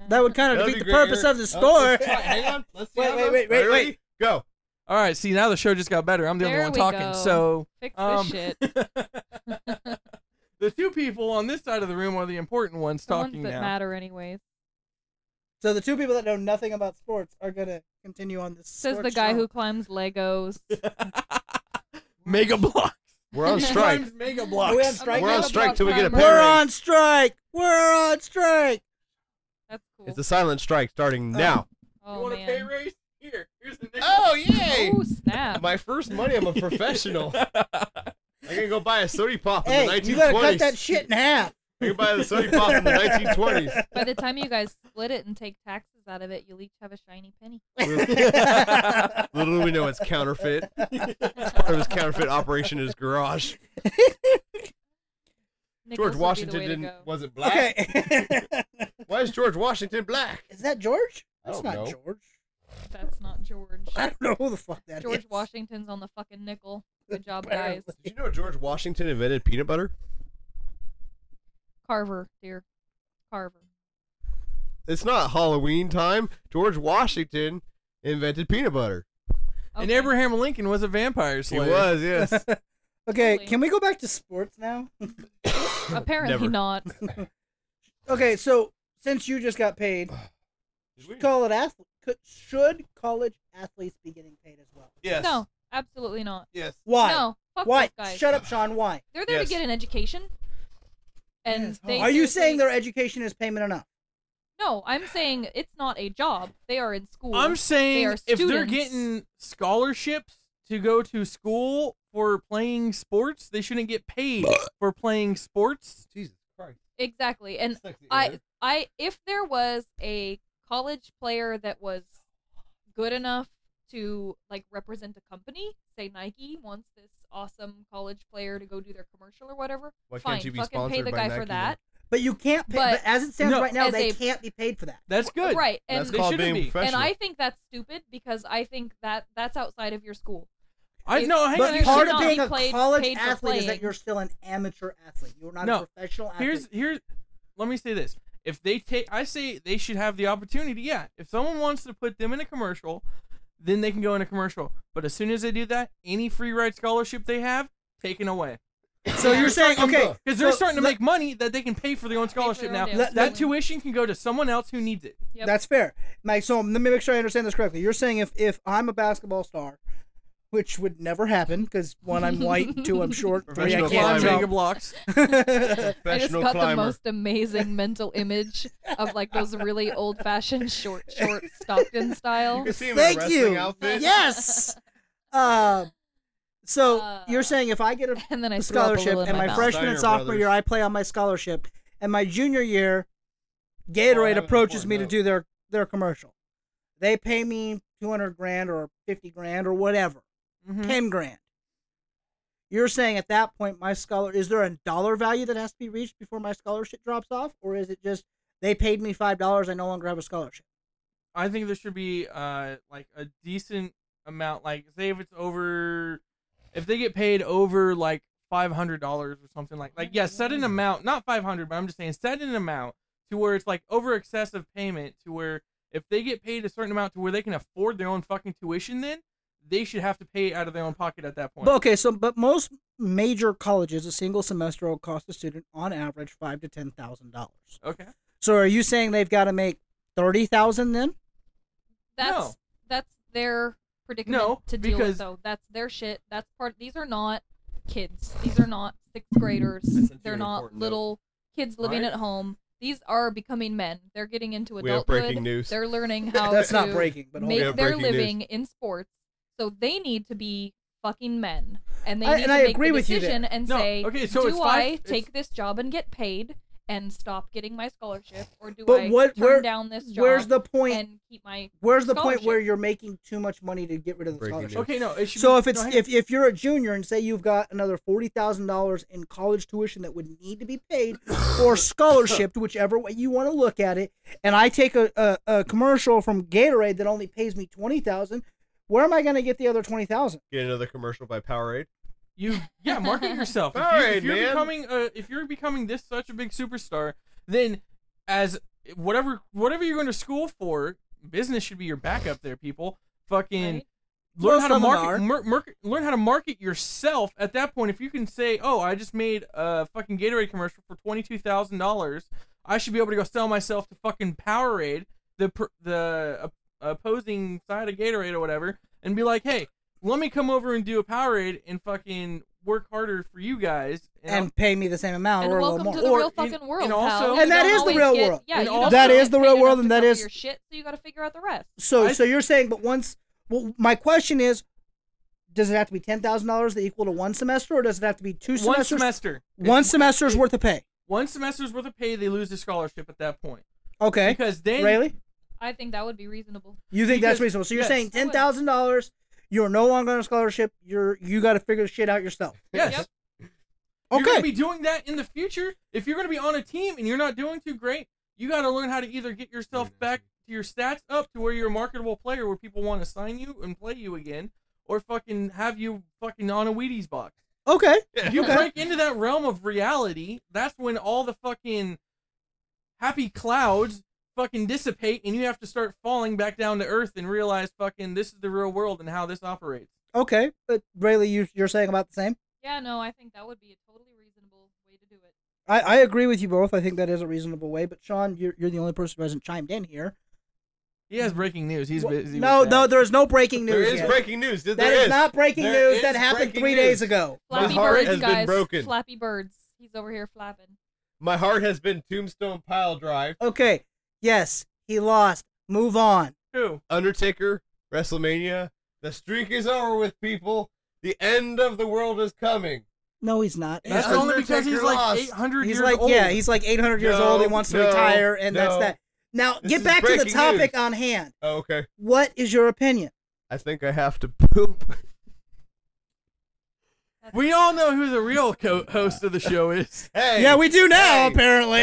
C: That would kind of defeat the purpose of the store.
B: Oh, hang on. Let's see
C: Wait,
B: how it
C: wait,
B: goes.
C: wait, wait,
B: Ready?
C: wait.
B: Go.
D: All right, see now the show just got better. I'm the
E: There
D: only one
E: we go.
D: talking, so
E: Fix this
D: um,
E: shit.
D: the two people on this side of the room are the important ones
E: The
D: talking
E: ones that
D: now.
E: matter, anyways.
C: So the two people that know nothing about sports are gonna continue on this.
E: Says the
C: sports
E: guy
C: show.
E: who climbs Legos.
D: Mega blocks.
B: We're on strike.
D: Times Mega
C: Are we on
D: blocks.
C: strike
B: We're on
C: now?
B: strike till we get a pay
C: We're
B: raise.
C: on strike. We're on strike.
E: That's cool.
B: It's a silent strike starting
C: Oh.
B: now.
E: oh,
D: you want a
E: man.
D: pay raise? Here, here's the next
B: yay!
E: Oh snap!
B: My first money. I'm a professional. I can go buy a soda pop in the
C: Hey,
B: 1920s.
C: you gotta cut that shit in half.
B: I can buy the soda pop in the 1920s.
E: By the time you guys split it and take taxes out of it, you'll each have a shiny penny.
B: Little do we know it's counterfeit. It's part of his counterfeit operation in his garage.
E: Nickels would
B: George
E: be the
B: Washington
E: way to
B: didn't
E: go.
B: wasn't black.
C: okay.
B: Why is George Washington black?
C: Is that George?
B: I
C: That's
B: don't
C: not
B: know.
C: George.
E: That's not George.
C: I don't know who the fuck that is.
E: George Washington's on the fucking nickel. Good job, guys.
C: Apparently.
B: Did you know George Washington invented peanut butter?
E: Carver, dear. Carver.
B: It's not Halloween time. George Washington invented peanut butter.
D: And
E: Okay.
D: Abraham Lincoln was a vampire
B: He
D: slayer.
B: was, yes.
C: Okay,
E: Totally.
C: can we go back to sports now?
E: Apparently
B: Never.
E: not.
C: Okay, so since you just got paid, should college athlete could, should college athletes be getting paid as well?
B: Yes.
E: No, absolutely not.
B: Yes.
C: Why?
E: No, fuck
C: Why?
E: those guys.
C: Shut up, Sean. Why?
E: They're there
B: Yes.
E: to get an education. And
C: Yes.
E: they
C: Are you
E: seriously-
C: saying their education is payment enough?
E: No, I'm saying it's not a job. They are in school.
D: I'm saying
E: are
D: if they're
E: students.
D: getting scholarships to go to school for playing sports, they shouldn't get paid for playing sports.
B: Jesus Christ.
E: exactly. And
B: Suck the
E: I
B: air.
E: I if there was a college player that was good enough to like represent a company, say Nike wants this awesome college player to go do their commercial or whatever,
B: Why
E: fine,
B: can't you be
E: fucking pay
B: sponsored
E: the
B: by
E: guy
B: Nike
E: for
B: then?
E: that.
C: But you can't pay. But,
E: But-
C: as it stands
D: No,
C: right now,
E: as
C: they
E: a-
C: can't be paid for that.
D: That's good.
E: Right. And
B: That's
D: they
B: called
D: shouldn't
B: being
D: be.
E: and
B: professional.
E: I think that's stupid because I think that that's outside of your school.
D: I
E: If-
D: no, hang
C: but
D: on.
E: you
C: part
E: should
C: of
E: not
C: being
E: be
C: a
E: played-
C: college
E: paid for
C: athlete is that
E: playing.
C: you're still an amateur athlete. You're not
D: No.
C: a professional athlete.
D: here's here's let me say this if they take i say they should have the opportunity yeah if someone wants to put them in a commercial then they can go in a commercial but as soon as they do that any free ride scholarship they have taken away
C: so you're saying
B: talking
C: okay?
B: about-
D: because they're
C: so
D: starting to
C: let-
D: make money that they can pay for their own scholarship
E: own
D: now
E: damn
D: that,
C: schooling.
D: tuition can go to someone else who needs it
E: Yep.
C: That's fair. Mike, so let me make sure I understand this correctly. You're saying if, if I'm a basketball star, which would never happen because one, I'm white, two, I'm short, three, I
B: Professional
C: can't
D: Climb mega
C: jump.
D: blocks
E: I just
B: Professional
E: got the
B: climber.
E: most amazing mental image of like those really old fashioned short short Stockton
B: You
E: style.
B: can see him in a
C: Thank
B: wrestling
C: you.
B: outfit.
C: Yes. Uh, so
E: Uh,
C: you're saying if I get a
E: And then I threw up a
C: scholarship
E: little in
C: and my,
E: mouth.
C: freshman
B: Steiner
C: and sophomore
B: brothers.
C: year, I play on my scholarship, and my junior year,
B: Oh, I
C: Gatorade
B: have an
C: approaches
B: important
C: me to
B: note.
C: do their their commercial. They pay me two hundred grand or fifty grand or whatever.
E: Mm-hmm.
D: Mhm.
C: 10 grand. You're saying at that point, my scholar, is there a dollar value that has to be reached before my scholarship drops off? Or is it just they paid me $5, I no longer have a scholarship?
D: i think there should be uh like a decent amount like say if it's over if they get paid over like five hundred dollars or something like like yeah, set an amount, not five hundred, but I'm just saying set an amount to where it's like over excessive payment to where if they get paid a certain amount to where they can afford their own fucking tuition then they should have to pay out of their own pocket at that point.
C: But okay, so, but most major colleges, a single semester will cost a student on average five to $10,000.
D: okay.
C: So are you saying they've got to make 30000 then?
E: That's
D: No.
E: that's their predicament
D: No,
E: to deal
D: because-
E: with though. That's their shit. That's part these are not kids. These are not sixth graders.
B: That's such
E: They're
B: an
E: not
B: important
E: little kids living
D: Right?
E: at home. These are becoming men. They're getting into
B: We have
E: adulthood.
B: breaking news.
E: They're learning how
C: That's
E: to
C: not breaking, but hold
E: make
B: have
C: on.
E: their
B: breaking news.
E: living in sports. So they need to be fucking men, and they
C: I-
E: need
C: and
E: to
C: I
E: make
C: agree
E: the
C: with you
E: decision and
D: No,
E: say,
D: okay, so
E: "Do
D: it's
E: I
D: five- it's-
E: take this job and get paid?" and stop getting my scholarship, or do
C: But
E: I
C: what-
E: turn
C: where-
E: down this job
C: Where's the point?
E: and keep my?
C: where's the point
E: scholarship?
C: where you're making too much money to get rid of the
B: Breaking
C: scholarship?
B: news.
D: Okay, no. It should
C: So
D: be,
C: if it's
D: no, hang on.
C: if, if you're a junior and say you've got another forty thousand dollars in college tuition that would need to be paid or scholarship, whichever way you want to look at it, and I take a, a, a commercial from Gatorade that only pays me twenty thousand, where am I going to get the other twenty thousand?
B: Get another commercial by Powerade.
D: You yeah, market yourself. if, you,
B: Alright,
D: if you're
B: man.
D: becoming uh, if you're becoming this such a big superstar, then as whatever whatever you're going to school for, business should be your backup there, people. Fucking
E: Right?
D: learn
C: Well,
D: how to
C: some of them
D: market
C: are.
D: mer- merc- learn how to market yourself at that point. If you can say, "Oh, I just made a fucking Gatorade commercial for $22,000." I should be able to go sell myself to fucking Powerade, the per- the uh, opposing side of Gatorade or whatever, and be like, "Hey, let me come over and do a Powerade and fucking work harder for you guys."
C: And
D: I'll-
C: pay me the same amount
E: And
C: or a little
E: welcome
C: more.
E: to the
D: Or
E: real
D: in-
E: fucking world,
D: and also-
E: pal.
D: And
E: You
C: that
E: don't
C: is the
E: always
C: real
E: get-
C: world.
E: Yeah,
D: And
E: you
D: also-
E: don't
D: That
E: always
C: is the
E: get
C: real
E: paid
C: world
E: enough
C: and
E: to
C: that
E: cover
C: is-
E: your shit, so you got to figure out the rest.
C: So
D: I-
C: so you're saying, but once, well, my question is, does it have to be ten thousand dollars that equal to one semester, or does it have to be two
D: one
C: semesters?
D: semester,
C: one
D: It's-
C: semester's worth of pay.
D: one semester's worth of pay, they lose the scholarship at that point
C: Okay,
D: because then
C: Rayleigh?
E: I think that would be reasonable.
C: You think that's
D: Because-
C: reasonable? So you're
D: yes.
C: saying ten thousand dollars? You're no longer on a scholarship. You're you got to figure shit out yourself.
D: yes.
E: Yep.
D: You're going
C: Okay.
D: to be doing that in the future. If you're going to be on a team and you're not doing too great, you got to learn how to either get yourself back to your stats up to where you're a marketable player where people want to sign you and play you again, or fucking have you fucking on a Wheaties box.
C: okay.
D: If you
C: Okay.
D: break into that realm of reality, that's when all the fucking happy clouds fucking dissipate and you have to start falling back down to earth and realize fucking this is the real world and how this operates.
C: Okay. But Rayleigh, you you're saying about the same.
E: Yeah, no, I think that would be a totally reasonable way to do it.
C: I, I agree with you both. I think that is a reasonable way. But Sean, you're you're the only person who hasn't chimed in here.
D: He has breaking news. He's
C: Mm-hmm. Well,
D: busy.
C: no,
D: with that.
C: no, there is no breaking news.
B: There is
C: yet.
B: breaking news. There
C: That is not breaking
B: There
C: news. That
B: is
C: happened
B: breaking
C: three days
B: news.
C: ago.
B: My
E: Flappy
B: heart
E: birds,
B: has been
E: guys.
B: broken.
E: Flappy birds. He's over here flapping.
B: My heart has been tombstone pile drive.
C: Okay. Yes, he lost. Move on.
D: Who?
B: Undertaker, WrestleMania. The streak is over with people. The end of the world is coming.
C: No, he's not.
B: That's
D: That's
B: Yeah.
D: only because he's
B: Undertaker
D: like
B: lost.
D: 800
C: He's
D: years
C: like,
D: old.
C: yeah, he's like 800 years
B: No,
C: old. He wants to
B: no,
C: retire, and that's
B: no.
C: that. Now,
B: This
C: get
B: is
C: back to the
B: breaking
C: topic
B: news.
C: on hand.
B: Oh, okay.
C: What is your opinion?
B: I think I have to poop.
D: We all know who the real co- host of the show is.
B: Hey.
C: yeah, we do
B: hey,
C: now, apparently.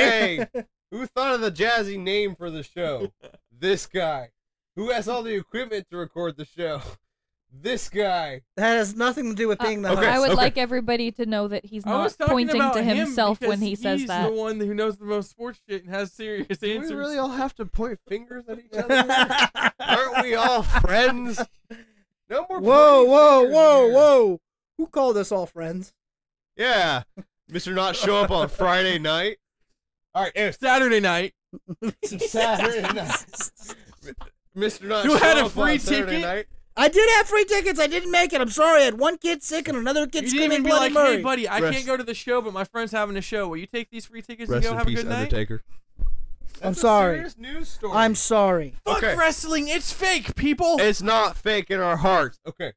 B: Hey, who thought of the jazzy name for the show? This guy. Who has all the equipment to record the show? This guy.
C: That has nothing to do
D: Uh,
C: with being the
B: okay.
E: I
C: host.
E: would like everybody to know that he's
D: I was
E: not
D: talking
E: pointing
D: about
E: to
D: him
E: himself when
D: because
E: he says
D: he's
E: that.
D: the one who knows the most sports shit and has serious
B: Do
D: answers.
B: we really all have to point fingers at each other? Aren't we all friends? No more.
C: whoa,
B: pointing
C: whoa,
B: fingers
C: whoa,
B: here.
C: whoa. Who called us all friends?
B: Yeah, Mister Not show up on Friday night. All right, anyway,
D: Saturday night.
B: Saturday night. Mister Not
D: You
B: show
D: had a
B: up
D: free
B: on Saturday
D: ticket?
B: night.
C: I did have free tickets. I didn't make it. I'm sorry. I had one kid sick and another kid
D: you didn't
C: screaming
D: even be
C: bloody
D: like,
C: Murray.
D: hey, buddy, I
B: Rest-
D: can't go to the show, but my friend's having a show. Will you take these free tickets and go have a good night?
B: Undertaker.
C: I'm sorry.
B: Serious news story.
C: I'm sorry.
D: Fuck
B: Okay.
D: wrestling. It's fake, people.
B: It's not fake in our hearts. Okay.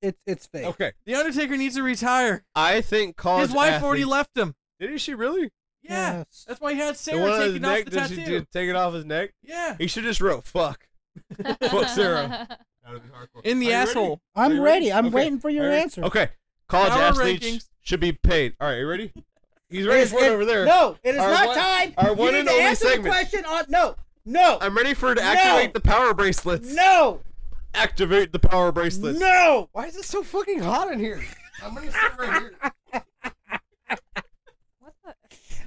C: It, it's fake.
B: Okay.
D: the Undertaker needs to retire.
B: I think college.
D: His wife already
B: athletes-
D: left him.
B: Did she really?
D: Yeah.
C: Yes.
D: That's why he had
B: the one
D: Sarah
B: on his
D: taking off
B: neck.
D: the
B: did she
D: tattoo.
B: do, take it off his neck?
D: Yeah.
B: He should just wrote "fuck." Fuck Sarah. That would've been hardcore.
D: In the
B: Are you
D: asshole.
B: Are
C: I'm
B: you
C: ready. I'm
B: Okay.
C: waiting for your
B: Are you-
C: answer.
B: Okay. College
D: Power
B: athletes
D: rankings.
B: should be paid. All right, you ready? He's ready
C: It's-
B: for it
C: it-
B: over there.
C: No, it is
B: Our
C: not
B: one-
C: time.
B: our
C: You
B: one
C: need
B: and
C: to
B: only
C: answer the
B: segment.
C: question on no, no,
B: I'm ready for her to
C: No.
B: activate the power bracelets.
C: no,
B: Activate the power bracelets.
C: no.
B: Why is it so fucking hot in here? I'm gonna sit right here.
E: what the?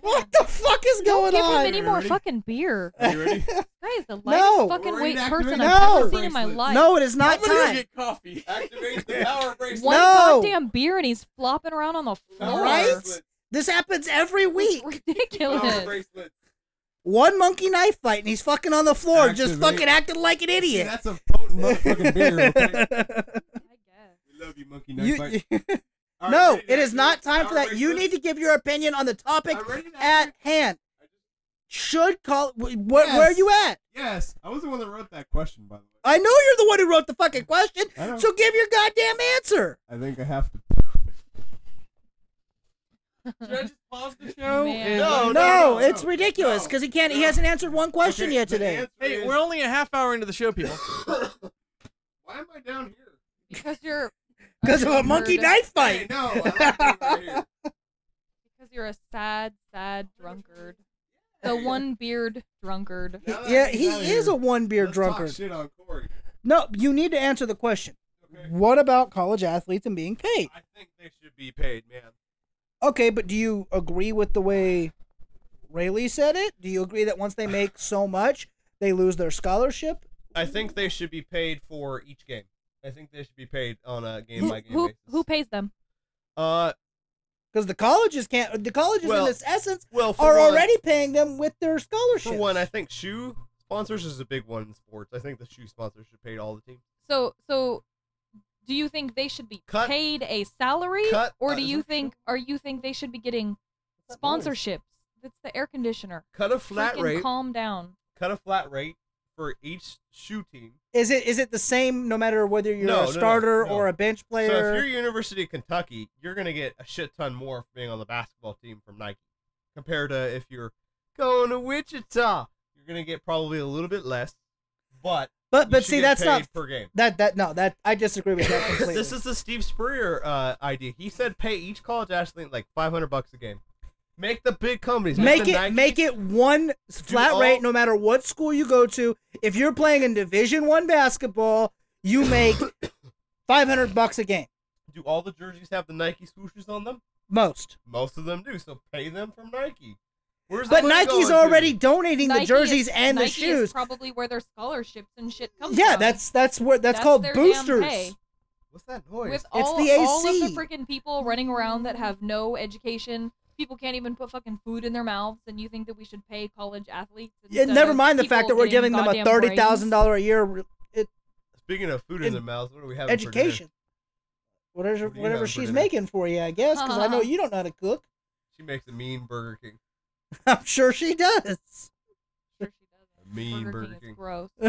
C: What the fuck is going
E: Don't give
C: on?
E: him any more fucking beer.
B: Are you ready?
E: Guy is the lightest
C: No.
E: fucking
B: We're
E: weight
B: inactivating
E: person
B: the
C: power
E: I've ever seen in my
B: bracelet.
E: life.
C: No, it is not
D: I'm gonna go
C: time.
D: get coffee.
B: Activate the power bracelets.
E: One
C: No.
E: goddamn beer and he's flopping around on the floor.
B: Power
C: Right?
B: bracelets.
C: This happens every
E: It's
C: week.
B: Power
E: ridiculous.
B: bracelets.
C: One monkey knife fight, and he's fucking on the floor, just
B: Activate.
C: fucking acting like an
B: See,
C: idiot.
B: that's a potent motherfucking beer. Okay?
E: I guess.
B: We love you, monkey. Knife
C: You-
B: Bite. All right,
C: no,
B: ready to
C: it is
B: activate
C: not
B: the
C: time for
B: power
C: that. You
B: bracelets?
C: need to give your opinion on the topic
B: I'm ready to
C: at
B: activate-
C: hand. Should call. Wh- wh-
B: Yes.
C: Where are you at?
B: Yes, I was the one that wrote that question, by the way.
C: I know you're the one who wrote the fucking question,
B: I don't-
C: so give your goddamn answer.
B: I think I have to.
D: Should I just pause the show?
E: Man.
D: and-
E: No,
C: No, it's ridiculous because he can't. He hasn't answered one question
B: Okay,
C: yet
B: the
C: today.
B: answer
D: Hey,
B: is-
D: we're only a half hour into the show, people.
B: Why am I down here?
E: Because you're
C: Because of
E: you're
C: a monkey
E: nerd.
C: knife
B: Hey,
C: fight.
B: no, I like being right here.
E: Because you're a sad, sad drunkard. The one beard drunkard.
B: Now that
C: Yeah,
B: I'm
C: he
B: down
C: is
B: here,
C: a one beer
B: let's talk
C: drunkard.
B: shit on Corey.
C: No, you need to answer the question.
B: Okay.
C: What about college athletes and being paid?
B: I think they should be paid, man.
C: Okay, but do you agree with the way Rayleigh said it? Do you agree that once they make so much, they lose their scholarship?
B: I think they should be paid for each game. I think they should be paid on a game
E: Who,
B: by game
E: who,
B: basis.
E: who pays them?
B: uh,
C: Because the colleges can't. The colleges,
B: Well,
C: in its essence,
B: well, for
C: are
B: one,
C: already paying them with their scholarship.
B: for one. I think shoe sponsors is a big one in sports. I think the shoe sponsors should pay all the teams.
E: So, so do you think they should be
B: Cut.
E: paid a salary,
B: Cut.
E: or
B: Uh,
E: do
B: is
E: you
B: it-
E: think, or you think they should be getting
B: What's that noise?
E: sponsorships? That's the air conditioner.
B: Cut a flat
E: Freaking
B: rate.
E: Calm down.
B: Cut a flat rate for each shoe team.
C: Is it is it the same no matter whether you're
B: No, no,
C: a
B: no,
C: starter
B: no.
C: or a bench player?
B: So if you're University of Kentucky, you're gonna get a shit ton more for being on the basketball team from Nike compared to if you're going to Wichita. You're gonna get probably a little bit less, but
C: but
B: you
C: but
B: should
C: see
B: get
C: that's
B: paid
C: not
B: per game.
C: that that no that I disagree with that completely.
B: this is the Steve Spurrier uh, idea. He said pay each college athlete like 500 bucks a game. Make the big companies
C: make
B: the
C: it
B: Nikes.
C: make it one flat
B: all-
C: rate no matter what school you go to if you're playing in division one basketball you make 500 bucks a game
B: Do all the jerseys have the Nike swooshes on them?
C: most
B: Most of them do. So pay them from Nike. Where's the
C: but
B: money
C: nike's
B: going to?
C: already donating
E: Nike
C: the
E: is-
C: jerseys and the
E: Nike is
C: shoes
E: probably where their scholarships and shit comes
C: yeah
E: from.
C: that's that's where that's,
E: That's
C: called
E: their damn pay.
C: boosters
B: What's that noise?
E: with
C: It's
E: all,
C: the
E: all of
C: AC.
E: the freaking people running around that have no education. People can't even put fucking food in their mouths, and you think that we should pay college athletes?
C: yeah,
E: instead
C: never
E: of
C: mind the fact that
E: people
C: we're
E: getting
C: giving them a
E: goddamn brains?
C: $30000 a year re-
B: Speaking of food in
C: in
B: their mouths, what do we have?
C: education whatever,
B: What do you
C: whatever
B: have for
C: she's
B: dinner?
C: making for you i guess because i know
E: Uh-huh.
C: you don't know how to cook
B: She makes a mean Burger King.
C: i'm sure she does
E: Sure she doesn't.
B: Mean Burger
E: is
B: King.
E: gross.
B: All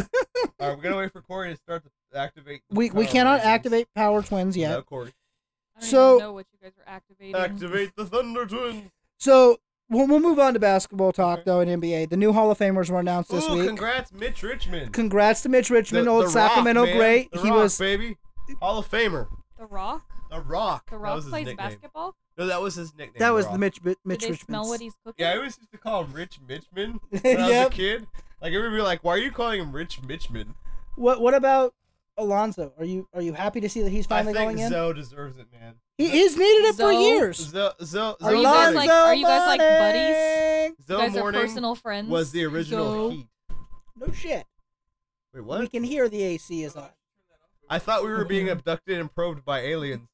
B: right, we're gonna wait for Corey to start to activate. the
C: we, we
B: power
C: cannot
B: buttons.
C: activate power twins yet
B: No, Corey.
E: I don't
C: So-
E: even know what you guys are activating.
B: Activate the Thunder Twins.
C: So we'll, we'll move on to basketball talk though in NBA. The new Hall of Famers were announced this
B: Ooh,
C: week.
B: congrats, Mitch Richmond.
C: Congrats to Mitch Richmond,
B: The-
C: old
B: The Rock,
C: Sacramento
B: man.
C: great.
B: The
C: he
B: Rock,
C: was
B: baby Hall of Famer.
E: The Rock.
B: The Rock.
E: The
B: that
E: Rock
B: was his
E: plays
B: nickname.
E: basketball.
B: No, that was his nickname.
C: that was
B: Rock.
C: the Mitch Mitch
E: Do they smell what
C: Richmond.
E: he's cooking?
B: Yeah, I always used to call him Rich Mitchman when I was
C: Yep.
B: a kid. Like everybody would be like, "Why are you calling him Rich Mitchman?"
C: What what about Alonzo? Are you are you happy to see that he's
B: I
C: finally
B: think
C: going in?
B: Zoe deserves it, man.
C: He, he's needed it for
E: Zoe?
C: years.
B: Zoe, Zoe,
E: Are you guys like- are you guys like buddies?
B: Zoe
E: you guys are
B: Morning
E: personal friends.
B: was the original
E: So-
B: Heat.
C: No shit.
B: Wait, what?
C: We can hear the AC is on.
B: I thought we were being abducted and probed by aliens.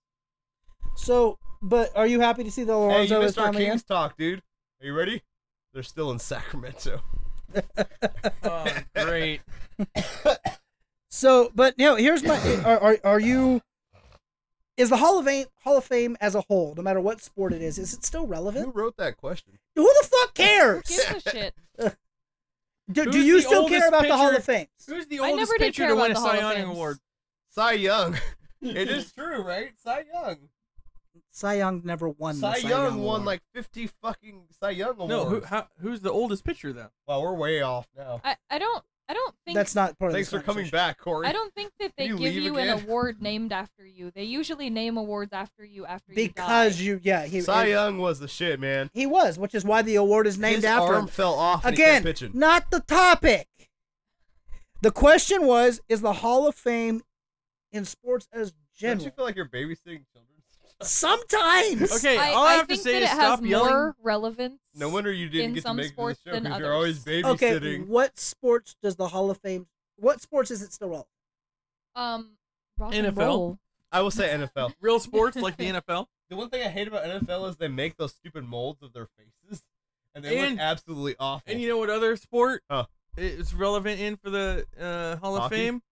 C: So, but are you happy to see that
B: Hey,
C: Alonzo
B: you
C: is
B: missed our
C: finally in?
B: Kings talk, dude. Are you ready? They're still in Sacramento.
D: Oh, great.
C: So, but no, here's my. Are, are are you? Is the Hall of Fame Hall of Fame as a whole, no matter what sport it is, is it still relevant?
B: Who wrote that question?
C: Who the fuck
E: Who
C: cares?
E: gives a shit?
C: Do, do
D: Who's
C: you
D: the
C: still care
D: oldest
C: about the Hall
D: pitcher-
C: of Fame?
D: Who's the
E: I
D: oldest
E: never did
D: pitcher
E: care
D: to
E: about
D: win a
E: the Hall
D: Cy
E: of
D: Young
E: Fames.
D: award?
B: Cy Young. it is true, right? Cy Young.
C: Cy Young never won. the
B: Cy, Young, won
C: Award.
B: like 50 fucking Cy Young awards.
D: No, who, how, who's the oldest pitcher though?
B: Well, we're way off now.
E: I, I don't I don't think
C: that's not part of
B: Thanks
C: this
B: for coming
C: conversation.
B: back, Corey.
E: I don't think that they
B: you
E: give
B: leave
E: you an
B: again?
E: award named after you. They usually name awards after you after
C: because
E: you
C: you yeah he
B: Cy Young was the shit, man.
C: he was, which is why the award is named
B: His
C: after
B: arm
C: him.
B: fell off and he kept
C: Again,
B: pitching.
C: not the topic. The question was: Is the Hall of Fame in sports as
B: Don't
C: general?
B: you feel like you're babysitting children?
C: Sometimes.
D: Okay,
E: die. I,
D: all I,
E: I
D: have to
E: think
D: say
E: that
D: is
E: it
D: stop
E: has
D: yelling.
E: more relevance.
B: No wonder you didn't
E: in
B: get to
E: some
B: make it to the
E: sports
B: show
E: than
B: because you're always
C: Okay,
B: babysitting.
C: what sports does the Hall of Fame? What sports is it still relevant?
E: Um, rock and
D: NFL.
E: roll.
B: I will say NFL.
D: Real sports like the NFL.
B: The one thing I hate about NFL is they make those stupid molds of their faces, and they
D: And-
B: look absolutely awful.
D: And you know what other sport
B: Huh.
D: is relevant in for the uh, Hall of
B: Hockey?
D: Fame?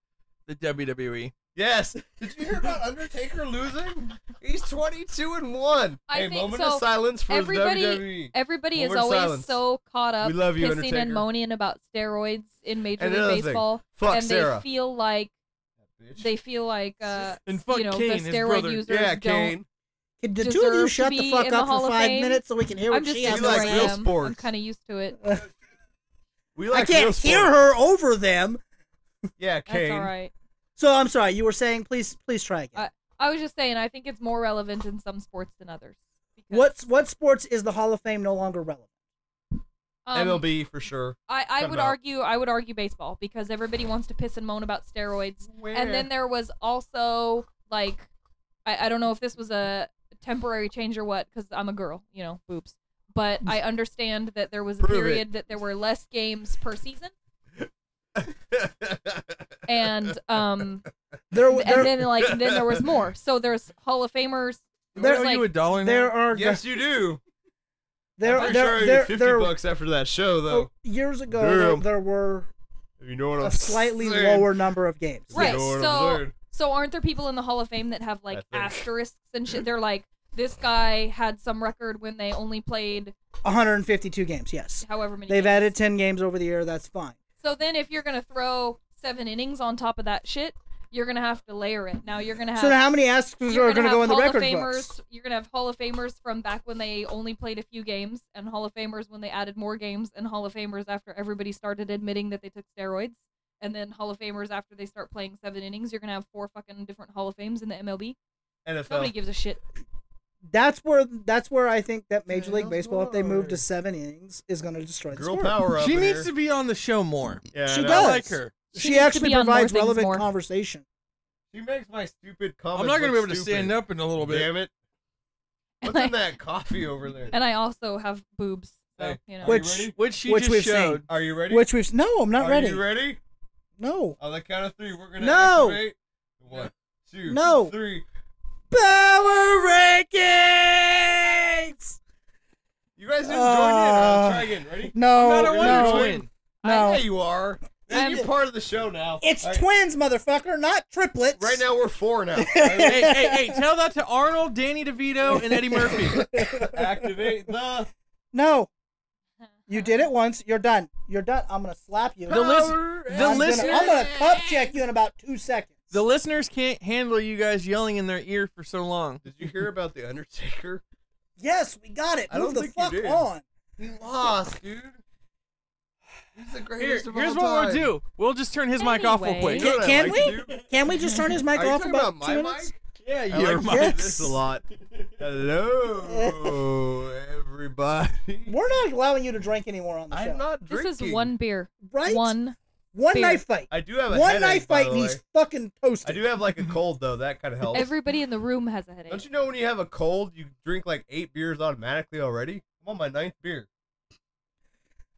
D: The E. WWE.
B: yes, did you hear about Undertaker losing? He's twenty-two and one.
E: I
B: hey,
E: think
B: moment
E: so.
B: of silence for the
E: Everybody-
B: WWE.
E: Everybody is
B: Moment of
E: always
B: silence.
E: so caught up
B: We love you,
E: pissing
B: Undertaker.
E: and moaning about steroids in Major
B: And another
E: League
B: thing,
E: Baseball,
B: fuck
E: and
B: Sarah.
E: they feel like
B: Bitch.
E: they feel like uh,
D: And fuck
E: you know
D: Kane,
E: the
D: his
E: steroid
D: brother.
E: users
B: yeah,
E: don't
B: Kane.
C: Could the two of
E: deserve
C: you
E: to
C: shut
E: be
C: the fuck
E: in the
C: up
E: Hall
C: for
E: of
C: five
E: Fame?
C: minutes so we can hear
E: I'm
C: what
E: just
C: she
E: into
C: has
B: into
C: to
B: like real
E: where I
C: say?
E: am. I'm
B: sports.
E: kind of used to it.
B: We
C: I
B: like real
C: can't
B: sports.
C: hear her over them.
B: Yeah,
E: That's
B: Kane.
E: all right.
C: So I'm sorry. You were saying, please, please try again.
E: I, I was just saying, I think it's more relevant in some sports than others. because,
C: What's what sports is the Hall of Fame no longer relevant?
E: um,
B: MLB for sure.
E: I, I
B: Come
E: would
B: out.
E: argue I would argue baseball because everybody wants to piss and moan about steroids. And then there was also like I, I don't know if this was a temporary change or what because I'm a girl, you know, boobs. But I understand that there was a
B: Prove it.
E: period that there were less games per season, and um,
C: There,
E: and
C: there,
E: then like then there was more. So there's Hall of Famers.
D: There,
E: There's
D: owe
E: like
D: you a dollar now?
C: there are
B: yes, you do.
C: there
B: I'm
C: there
B: pretty sure I owe you
C: there,
B: fifty
C: there-
B: bucks after that show,
C: oh,
B: though.
C: years ago there,
B: Damn.
C: there were
B: If you know what I'm
C: a slightly
B: saying.
C: lower number of games.
B: You know
E: Right.
B: what I'm
E: so
B: saying.
E: so aren't there people in the Hall of Fame that have like
B: I think.
E: asterisks and shit? They're like, this guy had some record when they only played
C: 152 games. Yes,
E: however many.
C: they've
E: games.
C: added 10 games over the year. That's fine.
E: So then, if you're gonna throw seven innings on top of that shit, you're gonna have to layer it. Now you're gonna have.
C: So now how many asterisks
E: you're
C: are going to
E: have
C: go in the
E: Hall
C: record
E: of Famers,
C: books?
E: You're gonna have Hall of Famers from back when they only played a few games, and Hall of Famers when they added more games, and Hall of Famers after everybody started admitting that they took steroids, and then Hall of Famers after they start playing seven innings. You're gonna have four fucking different Hall of Fames in the MLB. Nobody
B: NFL.
E: gives a shit.
C: That's where that's where I think that Major League
D: Hell's
C: Baseball, if they move to
D: more.
C: seven innings, is going to destroy the
B: Girl
C: sport.
B: power up.
D: she
B: in
D: needs
B: here.
D: to be on the show more.
B: Yeah,
C: She
B: I know.
C: does.
D: I like her.
E: She
C: She,
E: needs to
C: actually
E: be on more
C: provides
E: things
C: relevant
E: more.
C: conversation.
B: She makes my stupid comments.
D: I'm not gonna be
B: look
D: able to
B: stupid.
D: stand up in a little bit.
B: Damn it! What's in that coffee over there?
E: And I also have boobs. So,
B: Hey,
E: you know.
B: are
C: Which-
B: you ready?
D: Which she
C: Which
D: just
C: we've
D: showed.
B: Are you ready?
C: Which we've no, I'm not
B: Are
C: ready.
B: you ready?
C: No.
B: On the count of three, we're gonna
C: No.
B: activate. One, two,
C: No.
B: three.
C: Power rankings.
B: You guys didn't join in.
C: Uh,
B: I'll try again. Ready?
C: No,
D: Not a wonder
C: Oh, no,
D: twin.
C: no.
B: Yeah, you are. Man,
E: I'm-
B: you're part of the show now.
C: It's
B: All right.
C: twins, motherfucker, not triplets.
B: Right now, we're four now.
D: hey, hey, hey! Tell that to Arnold, Danny DeVito, and Eddie Murphy.
B: Activate the.
C: No, you did it once. You're done. You're done. I'm gonna slap you.
D: The, lis- the
C: I'm
D: listeners,
C: Gonna, I'm gonna cup check you in about two seconds.
D: the listeners can't handle you guys yelling in their ear for so long.
B: Did you hear about the Undertaker?
C: yes, we got it.
B: I
C: Move
B: don't
C: the
B: think you
C: fuck
B: did.
C: on.
B: He lost, dude. He's the
D: Here,
B: greatest of all
D: here's what we'll
B: time.
D: do. We'll just turn his mic off real
E: Anyway.
D: quick.
B: You know what I
C: Can
B: like
C: we?
B: to do?
C: Can we just turn his mic
B: Are you
C: off
B: talking
C: about,
B: about
C: two
B: my
C: minutes?
B: mic?
D: Yeah,
B: I like
D: your
B: to
D: mic.
B: do
C: Yes.
B: this a lot. Hello, everybody.
C: We're not allowing you to drink anymore on the show.
B: I'm not
E: This
B: drinking.
E: is one beer.
C: Right?
E: One.
C: One
E: beer.
C: knife fight.
B: I do have a
C: One
B: headache,
C: knife
B: by
C: fight,
B: the
C: and
B: way.
C: he's fucking
B: I
C: toasted.
B: do have like a cold though. That kind of helps.
E: Everybody in the room has a headache.
B: Don't you know when you have a cold, you drink like eight beers automatically already? I'm on my ninth beer.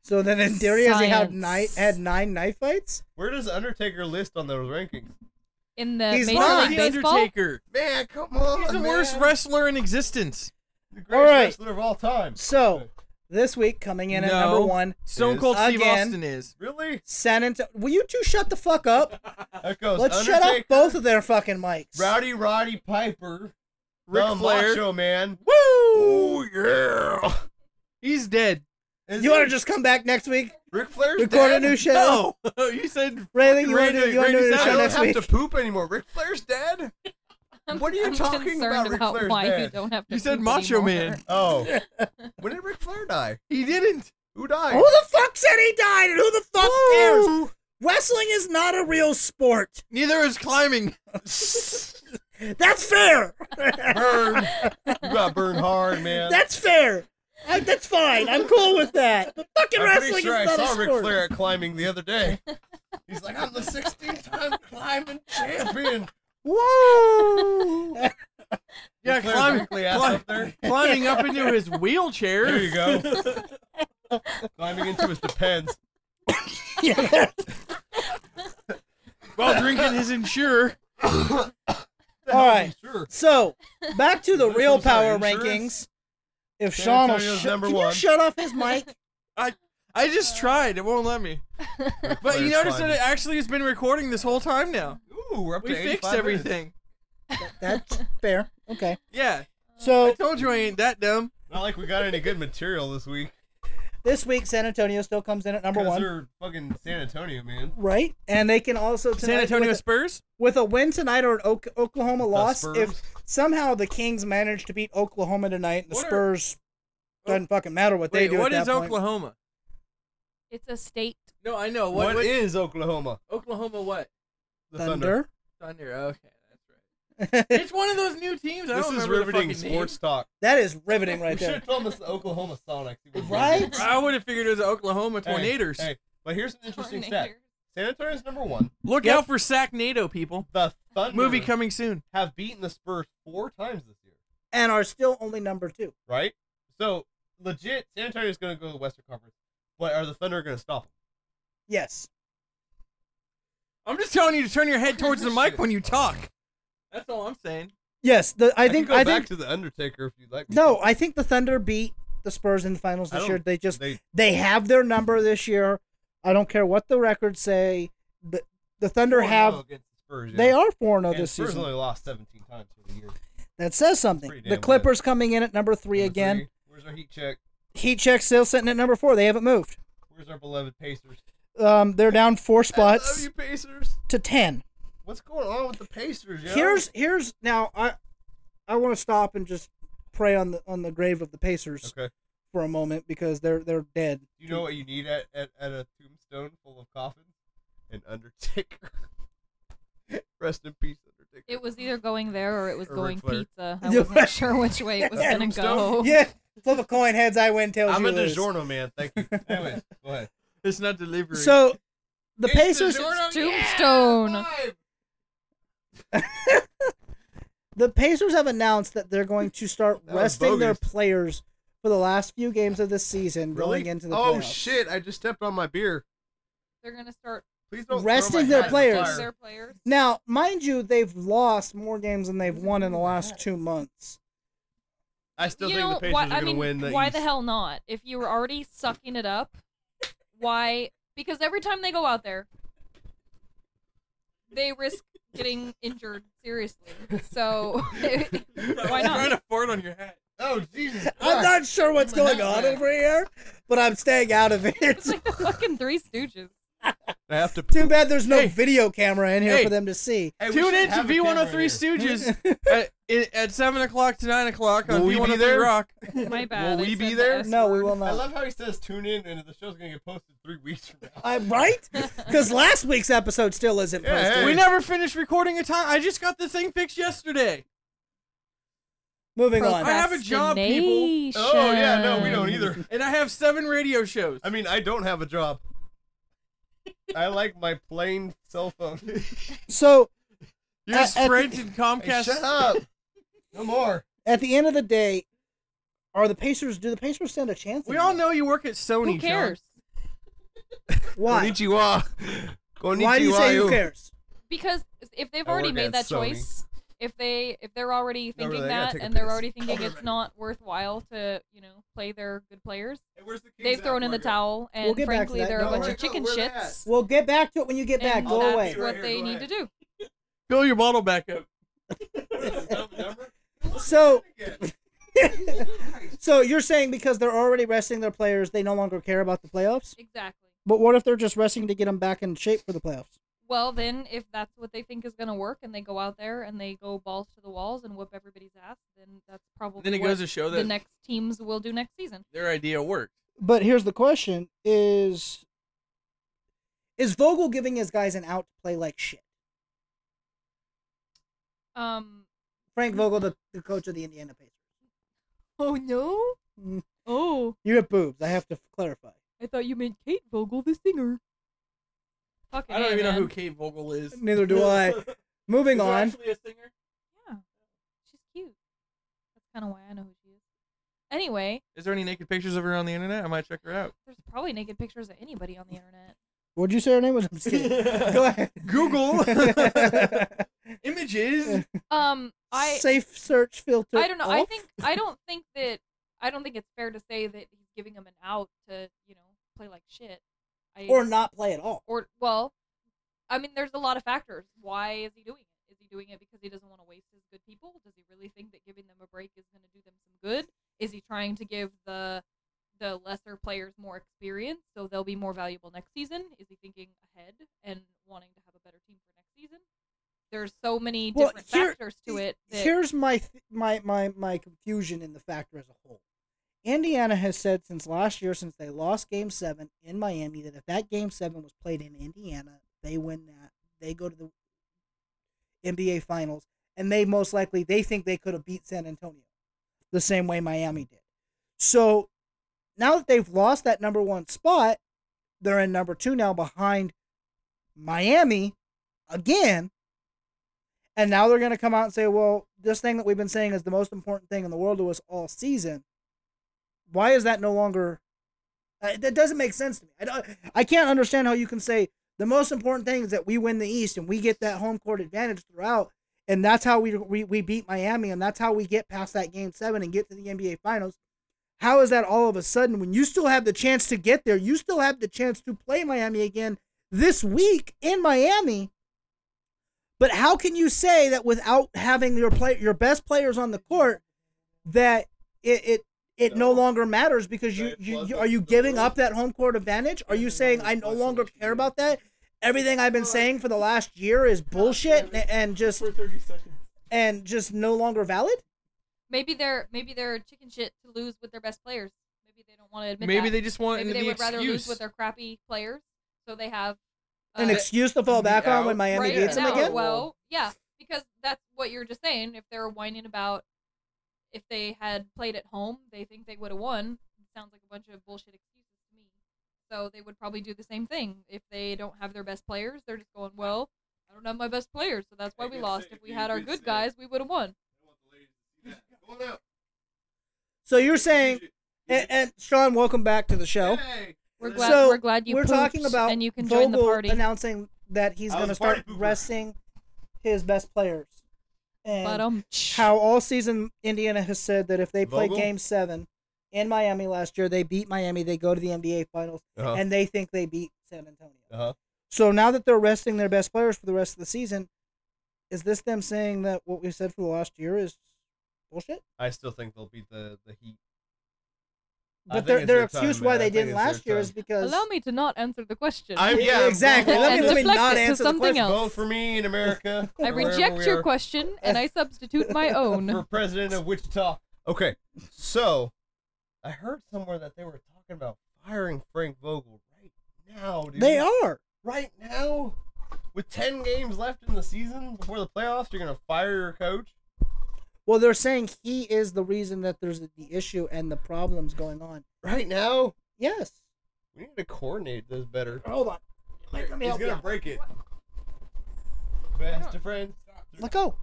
C: So then, in theory, has he had
E: Science.
C: nine had nine knife fights?
B: Where does Undertaker list on those rankings?
E: in the
C: He's
E: Major
C: not
D: Fuck
E: League
D: the
E: Baseball.
D: Undertaker.
B: Man, come on.
D: He's the worst
B: man.
D: wrestler in existence.
B: The
C: All
B: greatest
C: right.
B: wrestler of all time.
C: So this week, coming in at
D: No.
C: number one,
D: Stone
B: Is-
D: Cold Steve
C: Again.
D: Austin is.
B: Really?
C: San Antonio. Will you two shut the fuck up?
B: That goes
C: Let's
B: Undertaker,
C: shut up both of their fucking mics.
B: Rowdy Roddy Piper,
D: Ric
B: the
D: Flair.
B: Macho Man.
D: Woo!
B: yeah.
D: He's dead.
B: Is
C: You want
B: it?
C: to just come back next week,
B: Ric Flair's
C: record a
B: dead?
C: new show?
D: No, you said
C: Raylan,
D: fucking
C: you wanna do-
D: Randy-
C: you wanna do
D: Randy
C: the
B: I
C: show
D: Savage.
B: don't
C: next
B: have
C: week?
B: to poop anymore. Ric Flair's dead. What are you
E: I'm
B: talking
E: concerned
B: about, Ric
E: about
B: Flair's
E: why you
B: dead?
E: don't have to
D: You said
E: poop
D: Macho
E: anymore.
D: Man.
B: Oh, when did Ric Flair die?
D: He didn't.
B: Who died?
C: Who the fuck said he died, and who the fuck cares?
D: Woo!
C: Wrestling is not a real sport.
D: Neither is climbing.
C: That's fair.
B: burn. You got burned hard, man.
C: that's fair. I, that's fine. I'm cool with that. But fucking
B: I'm pretty
C: wrestling
B: sure I
C: is not
B: saw
C: a
B: Ric
C: sport.
B: Flair at climbing the other day. He's like, I'm the 16 time climbing champion.
D: Woo! yeah,
B: Ric Flair
D: climbing,
B: quickly ass
D: cli-
B: up there.
D: climbing up into his wheelchair.
B: There you go. climbing into his depends.
D: While drinking his Ensure.
C: All right.
B: Sure.
C: So, back to the
B: This
C: real
B: was our
C: power rankings.
B: insurance?
C: If
B: San
C: Sean will
B: Antonio's
C: sh-
B: number
C: can you
B: one.
C: shut off his mic?
D: I just tried. It won't let me.
B: Ric
D: But
B: Flair's
D: you notice that
B: climbing.
D: it actually has been recording this whole time now.
B: Ooh, we're up
D: We
B: to
D: fixed
B: 85 minutes.
D: everything.
C: That's fair.
B: Uh,
C: Okay.
D: Yeah. I
C: So
D: told you I ain't that dumb.
B: Not like we got any good material this week.
C: This week, San Antonio still comes in at number
B: Because
C: one.
B: they're fucking San Antonio, man.
C: Right, and they can also tonight,
D: San Antonio
C: with,
D: Spurs.
C: with a win tonight or an o- Oklahoma loss.
B: Spurs.
C: If somehow the Kings manage to beat Oklahoma tonight, and the
D: What are-
C: Spurs
B: Oh.
C: doesn't fucking matter what they
D: Wait,
C: do.
D: what
C: at
D: is
C: that point.
D: Oklahoma?
E: It's a state.
D: No, I know. What,
B: What is Oklahoma?
D: Oklahoma? What
B: The Thunder.
C: Thunder?
D: Thunder? Okay, that's right. It's one of those new teams. I
B: This
D: don't
B: is
D: remember
B: riveting
D: the fucking
B: sports talk.
C: that is riveting right
B: we should
C: there.
B: have told him it's the Oklahoma Sonics. He would've
C: Right?
B: known.
D: Name. I would have figured it was the Oklahoma
B: Hey,
D: Tornadoes.
B: Hey, but here's an interesting stat.
E: Tornadoes.
B: San Antonio's number one.
D: Look
C: Yep.
D: out for Sac NATO, people.
B: The Thunder
D: Movie coming soon.
B: have beaten the Spurs four times this year,
C: And are still only number two.
B: right? So legit, San Antonio's going to go to the Western Conference, but are the Thunder going to stop them?
C: Yes.
D: I'm just telling you to turn your head towards the mic when you talk. That's all I'm saying.
C: Yes. The, I think.
B: can go
C: I
B: back
C: think.
B: to the Undertaker if you'd like. me
C: No,
B: to.
C: I think the Thunder beat the Spurs in the finals
B: I
C: this
B: don't-
C: year. They just
B: they-
C: they, have their number this year. I don't care what the records say. The, the Thunder
B: 4-0
C: have
B: against the Spurs, yeah.
C: they are four 0
B: oh, And
C: this
B: Spurs
C: season.
B: only lost 17 times for the year.
C: That says something.
B: Pretty damn
C: The
B: good.
C: Clippers coming in at number three
B: Number
C: again.
B: three, Where's our heat check?
C: Heat check still sitting at number four. They haven't moved.
B: Where's our beloved Pacers?
C: Um, they're down
B: I
C: four
B: love
C: spots
B: you, Pacers.
C: to ten.
B: What's going on with the Pacers? Yo?
C: Here's here's now I I want to stop and just pray on the on the grave of the Pacers
B: okay.
C: for a moment because they're they're dead.
B: Do you know what you need at, at, at a tombstone full of coffins? An Undertaker. Rest in peace, Undertaker.
E: It was either going there or it was
B: Or Ric
E: going
B: Flair.
E: pizza. I wasn't sure which way it was
C: Yeah.
E: gonna go.
C: Yeah, flip a coin, heads I win, tails
B: Oh. I'm
C: you
B: a
C: lose.
B: DiGiorno man. Thank you. Anyways, go ahead.
D: It's not delivery.
C: So the
B: It's
C: Pacers
B: DiGiorno,
E: Tombstone.
B: yeah, live!
C: the Pacers have announced that they're going to start
B: That was
C: resting their
B: bogus.
C: players for the last few games of this season
B: Really?
C: going into the
B: oh
C: playoffs.
B: shit! I just stepped on my beer.
E: They're gonna start
B: Please don't.
C: Resting
B: throw
C: their
B: my hat in the
C: players.
B: fire.
E: Their players.
C: Now, mind you, they've lost more games than they've won in the last two months.
B: I still
E: you
B: think
E: know,
B: the Pacers
E: why,
B: are going
E: I
B: to
E: mean,
B: win. The
E: why
B: East.
E: the hell not? If you were already sucking it up, why? Because every time they go out there, they risk getting injured seriously. So why
D: Trying
E: not?
D: to fart on your hat.
B: Oh Jesus!
C: I'm
B: Christ.
C: not sure what's going on over here, but I'm staying out of it.
E: It's like the fucking Three Stooges.
B: I have to.
C: Too bad there's no
D: Hey.
C: video camera in here
D: Hey.
C: for them to oh see.
B: Hey, we should
D: Tune in to
B: have a camera
D: V103
B: here.
D: Stooges at, i- at 7 o'clock to 9 o'clock on
B: Will we be
D: V103
B: there?
D: Rock.
E: My bad. I
B: we be
E: said the
B: there?
E: S
C: No, we
E: word.
C: will
B: I
C: not.
B: love how he says tune in and the show's gonna get posted three weeks from now.
C: I'm right because last week's episode still isn't
B: Yeah,
C: posted.
B: hey.
D: We never finished recording a time. I just got the thing fixed yesterday.
C: Moving on.
D: I have a job, people.
B: Oh yeah, no, we don't either.
D: And I have seven radio shows.
B: I mean, I don't have a job. I like my plain cell phone. Hey,
C: So
D: Your
C: at- at
D: Sprint and Comcast.
B: shut up. No more.
C: at the end of the day, are the Pacers? Do the Pacers stand a chance?
D: We
C: in
D: all
C: that?
D: know you work at Sony.
E: Who cares?
C: why.
B: Konnichiwa. Konnichiwa.
C: Why do you say who
B: you.
C: cares?
E: Because if they've
B: I
E: already
B: work at
E: made that
B: Sony.
E: choice, if they if they're already
B: No, really,
E: thinking
B: I gotta
E: that
B: take a
E: and they're
B: piss.
E: already thinking
B: I'll be
E: it's
B: right
E: not worthwhile to you know play their good players,
B: Hey, where's the Kings
E: they've thrown
B: at
E: in the
B: for you?
E: towel, and
C: We'll get back to
E: frankly,
C: that.
E: they're
C: No,
E: a bunch
B: we're-
E: of chicken
B: no, we're
E: shits.
C: We'll get back to it when you get back.
E: and
C: Go
E: that's
C: away.
E: what
B: Right
E: they
B: here, go
E: need to do.
D: Fill your bottle back up.
B: Number?
C: So
B: Again.
C: so you're saying because they're already resting their players, they no longer care about the playoffs?
E: Exactly.
C: But what if they're just resting to get them back in shape for the playoffs?
E: Well, then, if that's what they think is going to work, and they go out there and they go balls to the walls and whoop everybody's ass, then that's probably
D: Then it
E: what
D: goes to show
E: the
D: that
E: next teams will do next season.
D: their idea worked.
C: But here's the question: Is is Vogel giving his guys an out to play like shit?
E: Um.
C: Frank Vogel, the, the coach of the Indiana Pacers.
E: Oh no!
C: Mm.
E: Oh,
C: You have boobs. I have to clarify.
E: I thought you meant Kate Vogel, the singer. Fucking
D: I don't
E: A,
D: even know
E: man.
D: who Kate Vogel is.
C: Neither do I. Moving
D: Is there
C: on.
D: actually a singer?
E: Yeah, she's cute. That's kind of why I know who she is. Anyway,
D: Is there any naked pictures of her on the internet? I might check her out.
E: there's probably naked pictures of anybody on the internet.
C: What'd you say her name was? I'm just kidding. Go ahead.
D: Google images.
E: Um, I
C: Safe search filter.
E: I don't know. I
C: off?
E: think I don't think that I don't think it's fair to say that he's giving him an out to you know play like shit. I,
C: or not play at all.
E: or well, I mean, there's a lot of factors. Why is he doing it? Is he doing it because he doesn't want to waste his good people? Does he really think that giving them a break is going to do them some good? Is he trying to give the the lesser players more experience, so they'll be more valuable next season? Is he thinking ahead and wanting to have a better team for next season? There's so many
C: Well,
E: different
C: here-
E: factors to it. That,
C: Here's my th- my my my confusion in the factor as a whole. Indiana has said since last year, since they lost Game Seven in Miami, that if that Game Seven was played in Indiana, they win that. They go to the NBA Finals, and they most likely they think they could have beat San Antonio, the same way Miami did. So now that they've lost that number one spot, they're in number two now behind Miami again. And now they're going to come out and say, well, this thing that we've been saying is the most important thing in the world to us all season. Why is that no longer. Uh, that doesn't make sense to me. I, don't, I can't understand how you can say the most important thing is that we win the East and we get that home court advantage throughout. And that's how we, we, we beat Miami and that's how we get past that game seven and get to the NBA Finals. How is that all of a sudden when you still have the chance to get there? You still have the chance to play Miami again this week in Miami. But how can you say that without having your play your best players on the court that it it, it no.
B: No.
C: longer matters because you,
B: They
C: you,
B: flood
C: you
B: the-
C: are you
B: the
C: giving
B: room.
C: up that home court advantage? Are you saying I no longer care about that? Everything I've been saying for the last year is bullshit and, and just
D: for 30 seconds.
C: and just no longer valid?
E: maybe they're maybe they're chicken shit to lose with their best players. Maybe they don't want to admit that.
D: Maybe they just want
E: maybe
D: it to
E: they
D: be
E: would rather lose
D: excuse.
E: with their crappy players, so they have
C: An
E: uh,
C: excuse to fall back on
D: out,
C: when Miami
E: right
C: beats them
E: now,
C: again?
E: Well, yeah, because that's what you're just saying. If they're whining about if they had played at home, they think they would have won. It sounds like a bunch of bullshit excuses to me. So they would probably do the same thing if they don't have their best players. They're just going, well, I don't have my best players, so that's why
B: I
E: we
B: guess
E: lost.
B: it-
E: If we
B: you
E: had our
B: could
E: good
B: say-
E: guys, we would have won.
C: So you're saying and, and Sean, welcome back to the show.
E: We're glad.
C: So,
E: we're glad you.
C: we're
E: pooped
C: talking about
E: and you can
C: Vogel
E: join the party.
C: announcing that he's
B: I
C: going to
B: was a party
C: start
B: pooper.
C: resting his best players. And
E: But um,
C: how all season Indiana has said that if they play
B: Vogel?
C: Game Seven in Miami last year, they beat Miami, they go to the NBA Finals,
B: Uh-huh.
C: and they think they beat San Antonio.
B: uh-huh.
C: So now that they're resting their best players for the rest of the season, is this them saying that what we've said for the last year is bullshit?
B: I still think they'll beat the the Heat. I
C: But
B: think
C: their
B: it's
C: their
B: their time,
C: excuse
B: man.
C: why
B: I
C: they
B: think
C: didn't
B: it's
C: last
B: their
C: year is
B: time.
C: because
E: allow me to not answer the question.
B: I- I'm- yeah,
C: exactly. Let
E: And
C: me, let me
E: deflect
C: not
E: it to
C: answer the
E: something
C: question.
E: else.
B: Vote for me in America.
E: I
B: wherever we
E: reject your
B: are,
E: question and I substitute my own.
B: for president of Wichita. Okay, so I heard somewhere that they were talking about firing Frank Vogel right now. Dude.
C: They are.
B: right now with ten games left in the season before the playoffs. You're gonna fire your coach.
C: Well, they're saying he is the reason that there's the issue and the problems going on.
B: Right now,
C: Yes.
B: we need to coordinate this better.
C: Hold on. Let me
B: He's
C: help you
B: gonna
C: out.
B: break it. Best of friends.
C: Let go.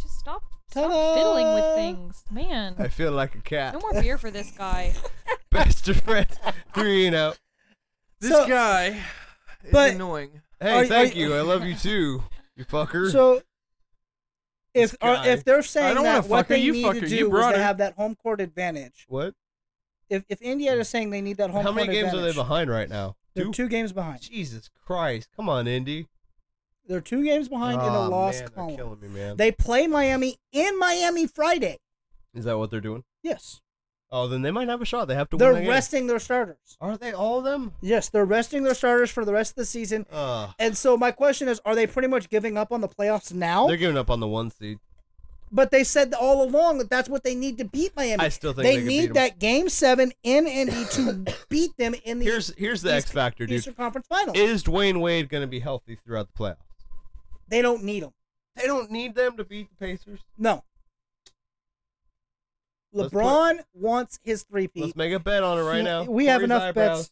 E: Just stop, stop
C: Ta-da!
E: fiddling with things, man.
B: feel like a cat.
E: No more beer for this guy.
B: Best of friends. Three and oh. out.
D: This
C: So-
D: guy is
C: but-
D: annoying.
B: Hey,
C: Are-
B: thank
C: are-
B: you. I love you too, you fucker.
C: So, if
B: This
C: are,
B: guy.
C: if they're saying
D: don't
C: that
D: wanna
C: what
D: fuck her,
C: they
D: you
C: need
D: fuck
C: to
D: her,
C: do
D: you
C: is
D: brought
C: to
D: her.
C: have that home court advantage,
B: what?
C: if if Indiana's saying they need that home
B: How
C: court
B: many games
C: advantage,
B: are they behind right now?
C: They're two games behind.
B: Jesus Christ! Come on, Indy.
C: They're two games behind in
B: Aw,
C: the loss
B: man, They're
C: column.
B: killing me, man.
C: They play Miami in Miami Friday.
B: Is that what they're doing?
C: Yes.
B: Oh, then they might have a shot. They have to.
C: They're
B: win that game.
C: resting their starters.
B: Are they all of them?
C: Yes, they're resting their starters for the rest of the season.
B: Uh,
C: And so my question is, are they pretty much giving up on the playoffs now?
B: they're giving up on the one seed.
C: But they said all along that that's what they need to beat Miami.
B: I still think
C: they,
B: they could beat
C: need
B: 'em.
C: that game seven in Indy to beat them in the
B: Here's here's the X
C: East-
B: factor, dude.
C: Eastern Conference Finals.
B: Is Dwayne Wade going to be healthy throughout the playoffs?
C: they don't need them.
B: They don't need them to beat the Pacers.
C: No.
B: Let's put-
C: LeBron wants his three P.
B: Let's make a bet on it right now.
C: We have
B: Corey's
C: enough
B: eyebrows.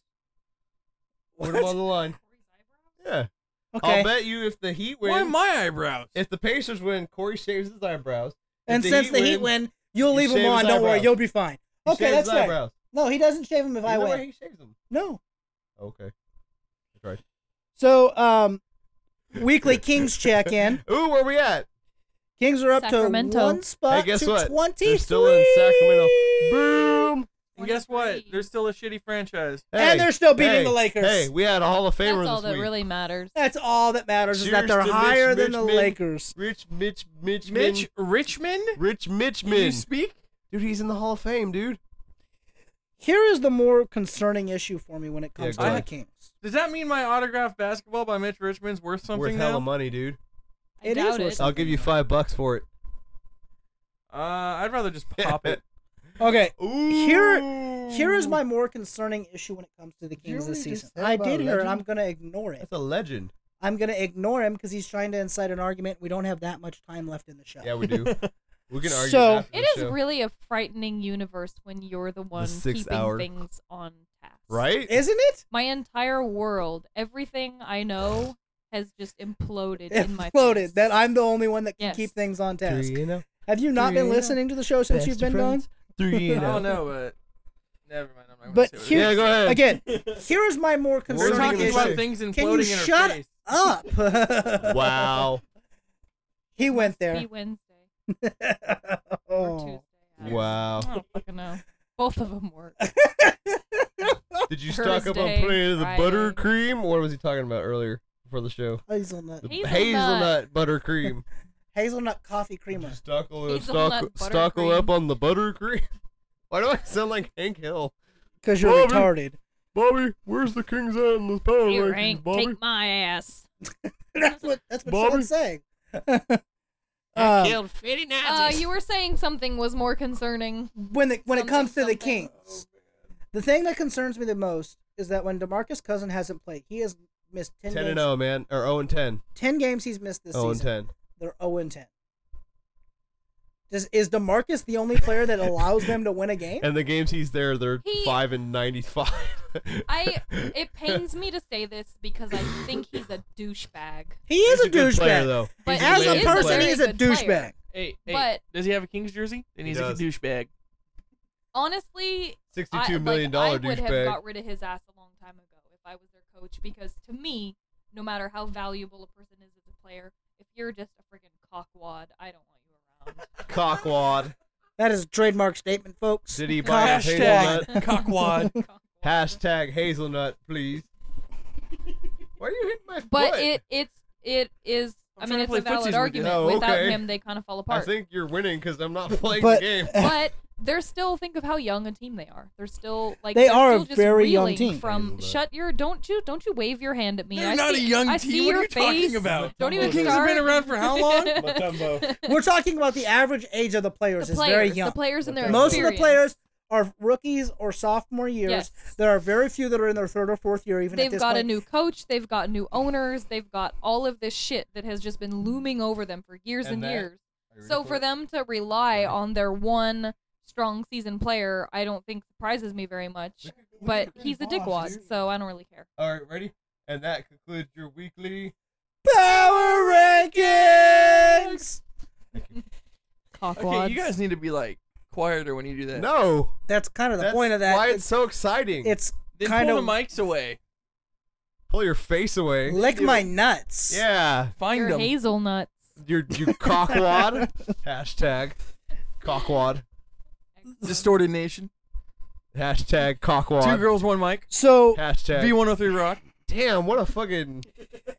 B: Put 'em on
C: Okay.
B: the line. Yeah. I'll bet you if the Heat
D: Why
B: win,
D: my eyebrows?
B: if the Pacers win, Corey shaves his eyebrows. If
C: And since the Heat win, you'll
B: you
C: leave him
B: shave his
C: on. Don't worry,
B: eyebrows.
C: you'll be fine.
B: he
C: Okay,
B: shaves
C: that's
B: his
C: right.
B: eyebrows.
C: No, he doesn't shave him if
B: You
C: I
B: know why
C: win.
B: he shaves them.
C: No.
B: Okay. That's right.
C: So, um, weekly Kings check in.
B: Ooh, where we at?
C: Kings are up
E: Sacramento.
C: to one spot
B: hey, guess
C: to
B: what?
C: 23.
B: They're still in Sacramento. Boom.
D: And guess what?
E: 23.
D: There's still a shitty franchise.
C: And
B: Hey,
C: they're still beating
B: hey,
C: the Lakers.
B: Hey, we had a Hall of Famer
E: That's all
B: this
E: that
B: week.
E: really matters.
C: That's all that matters is that
B: Cheers
C: they're
B: to Mitch
C: higher than the
B: Mitchman.
C: Lakers.
B: Rich Mitch Mitch
D: Mitch Richmond?
B: Rich
D: Can you
B: Mitchman.
D: speak?
B: Dude, he's in the Hall of Fame, dude.
C: Here is the more concerning issue for me when it comes
B: go
C: to the
D: ahead.
C: Kings.
D: Does that mean my autographed basketball by Mitch Richmond's worth
B: Worth
D: something
B: hella
D: now?
B: money, dude.
E: I
C: It is
E: doubt
C: worth
E: it.
B: I'll give you five bucks for it.
D: Uh, I'd rather just pop it.
C: Okay,
B: Ooh.
C: Here- here is my more concerning issue when it comes to the
B: Did Oh. you
C: Kings this
B: really just
C: season.
B: say
C: I
B: about
C: did hear it.
B: legend?
C: I'm gonna ignore it.
B: That's a legend.
C: I'm gonna ignore him because he's trying to incite an argument. We don't have that much time left in the show.
B: Yeah, we do. We can argue.
C: So-
B: after
E: It
B: the
E: is
B: show.
E: really a frightening universe when you're the one
B: six
E: keeping
B: hour-
E: things on task.
B: right.
C: Isn't it?
E: My entire world, everything I know, has just imploded in my face.
C: Exploded that I'm the only one that can
E: Yes.
C: keep things on task.
B: Three and oh.
C: Have you not
B: Three,
C: been
B: yeah.
C: listening to the show since
B: Best
C: you've
B: of
C: been gone?
B: friends. Three
D: I
B: and oh.
D: don't know, but never mind. I'm not gonna
C: But
D: say what it
C: here-
D: is.
B: Yeah, go ahead.
C: Again, here is my more
D: We're
B: We're
C: concerning
D: talking
B: gonna
D: about
B: say-
C: issue.
D: things imploding
C: Can you
D: in our
C: shut
D: face.
C: up?
B: Wow.
C: He went
E: Must
C: there.
E: Be Wednesday or
C: Oh.
E: Tuesday. I-
B: Wow.
E: I don't fucking know. Both of them work.
B: Did you stock up on
E: Thursday,
B: plenty of the
E: Friday.
B: buttercream? What was he talking about earlier before the show?
C: Hazelnut.
B: The
E: Hazelnut.
B: hazelnut buttercream.
C: Hazelnut coffee
B: Did you
C: creamer.
B: stock, stock,
E: Hazelnut
B: stock
E: buttercream.
B: up on the buttercream? Why do I sound like Hank Hill?
C: Because you're
B: Bobby.
C: retarded.
B: Bobby, where's the king's at in the power
E: Here,
B: rankings,
E: Hank,
B: Bobby?
E: take my ass.
C: that's what that's what
B: Bobby.
C: Sean's saying.
B: I
C: Um,
B: killed 50
E: Uh,
B: Nazis.
E: you were saying something was more concerning.
C: when it when it
E: Something,
C: comes to the
E: something.
C: Kings, the thing that concerns me the most is that when Demarcus Cousin hasn't played, he has missed ten,
B: 10
C: games.
B: and 0, man. Or 0 and 10.
C: Ten games he's missed this
B: 0 and
C: season.
B: 10.
C: They're zero and ten. Does is Demarcus the only player that allows them to win a game?
B: And the games he's there, they're
E: He-
B: 5 and 95.
E: I. It pains me to say this because I think he's a douchebag.
C: He is
B: He's
C: a,
B: good player,
C: douchebag.
B: though.
E: But
B: He's
C: As a
E: he is
B: amazing
C: person,
E: very
C: he
B: player.
C: is a
E: good player.
C: douchebag.
D: Hey, hey,
E: But-
D: does he have a Kings jersey? Then
B: He
D: he's
B: does.
D: a douchebag.
E: Honestly, I,
B: $62 million
E: like, I
B: dollar
E: would have
B: douchebag.
E: got rid of his ass a long time ago if I was their coach because to me, no matter how valuable a person is as a player, if you're just a friggin' cockwad, I don't want you around.
B: Cockwad.
C: That is a trademark statement, folks.
B: Did he buy a
D: Hashtag
B: hazelnut?
D: cockwad.
B: Hashtag hazelnut, please. Why are you hitting my foot?
E: But it it's it is.
D: I'm
E: I mean,
D: trying
E: it's
D: to
E: a
D: play footsies with
E: valid
D: you.
E: argument.
B: Oh,
E: Without
B: okay.
E: him, they kind of fall
B: I
E: apart.
B: think you're winning because I'm not playing
C: But-
B: the game.
E: but they're still think of how young a team they are. They're still like
C: They
E: they're
C: are a
E: still just
C: very young
E: reeling
C: team.
E: From
B: Hazelnut.
E: shut your don't you don't you wave your hand at me.
D: They're
E: I
D: not
E: see-
D: a young
E: I
D: team.
E: see
D: What are
E: your
D: you talking
E: face.
D: about?
E: Don't even
D: The Kings have
E: start.
D: been around for how long?
C: We're talking about the average age of the players
E: the
C: is very
E: players,
C: young.
E: the players and their
C: Most of the
E: experience.
C: players are rookies or sophomore years.
E: Yes.
C: There are very few that are in their third or fourth year. Even at
E: They've
C: this
E: got a
C: point.
E: new coach. They've got new owners. They've got all of this shit that has just been looming over them for years
B: And
E: and,
B: that-
E: years. So for them to rely on their one strong season player, I don't think surprises me very much. But he's a dickwad, so I don't really care.
B: All right, ready? And that concludes your weekly.
C: Power rankings.
E: Cockwads.
D: Okay, you guys need to be like quieter when you do that.
B: No,
C: That's kind of the
B: that's
C: point of that.
B: Why it's
C: It's,
B: so exciting?
C: it's
D: Then
C: kind
D: pull
C: of
D: the mics away.
B: pull your face away.
C: lick my nuts.
B: Yeah,
D: Find
E: You're
D: them.
E: hazelnuts.
B: your your cockwad. Hashtag cockwad.
D: Distorted Nation.
B: Hashtag
D: Two
B: cockwad.
D: girls, one mic.
C: So
B: Hashtag.
D: V103 Rock.
B: Damn, what a fucking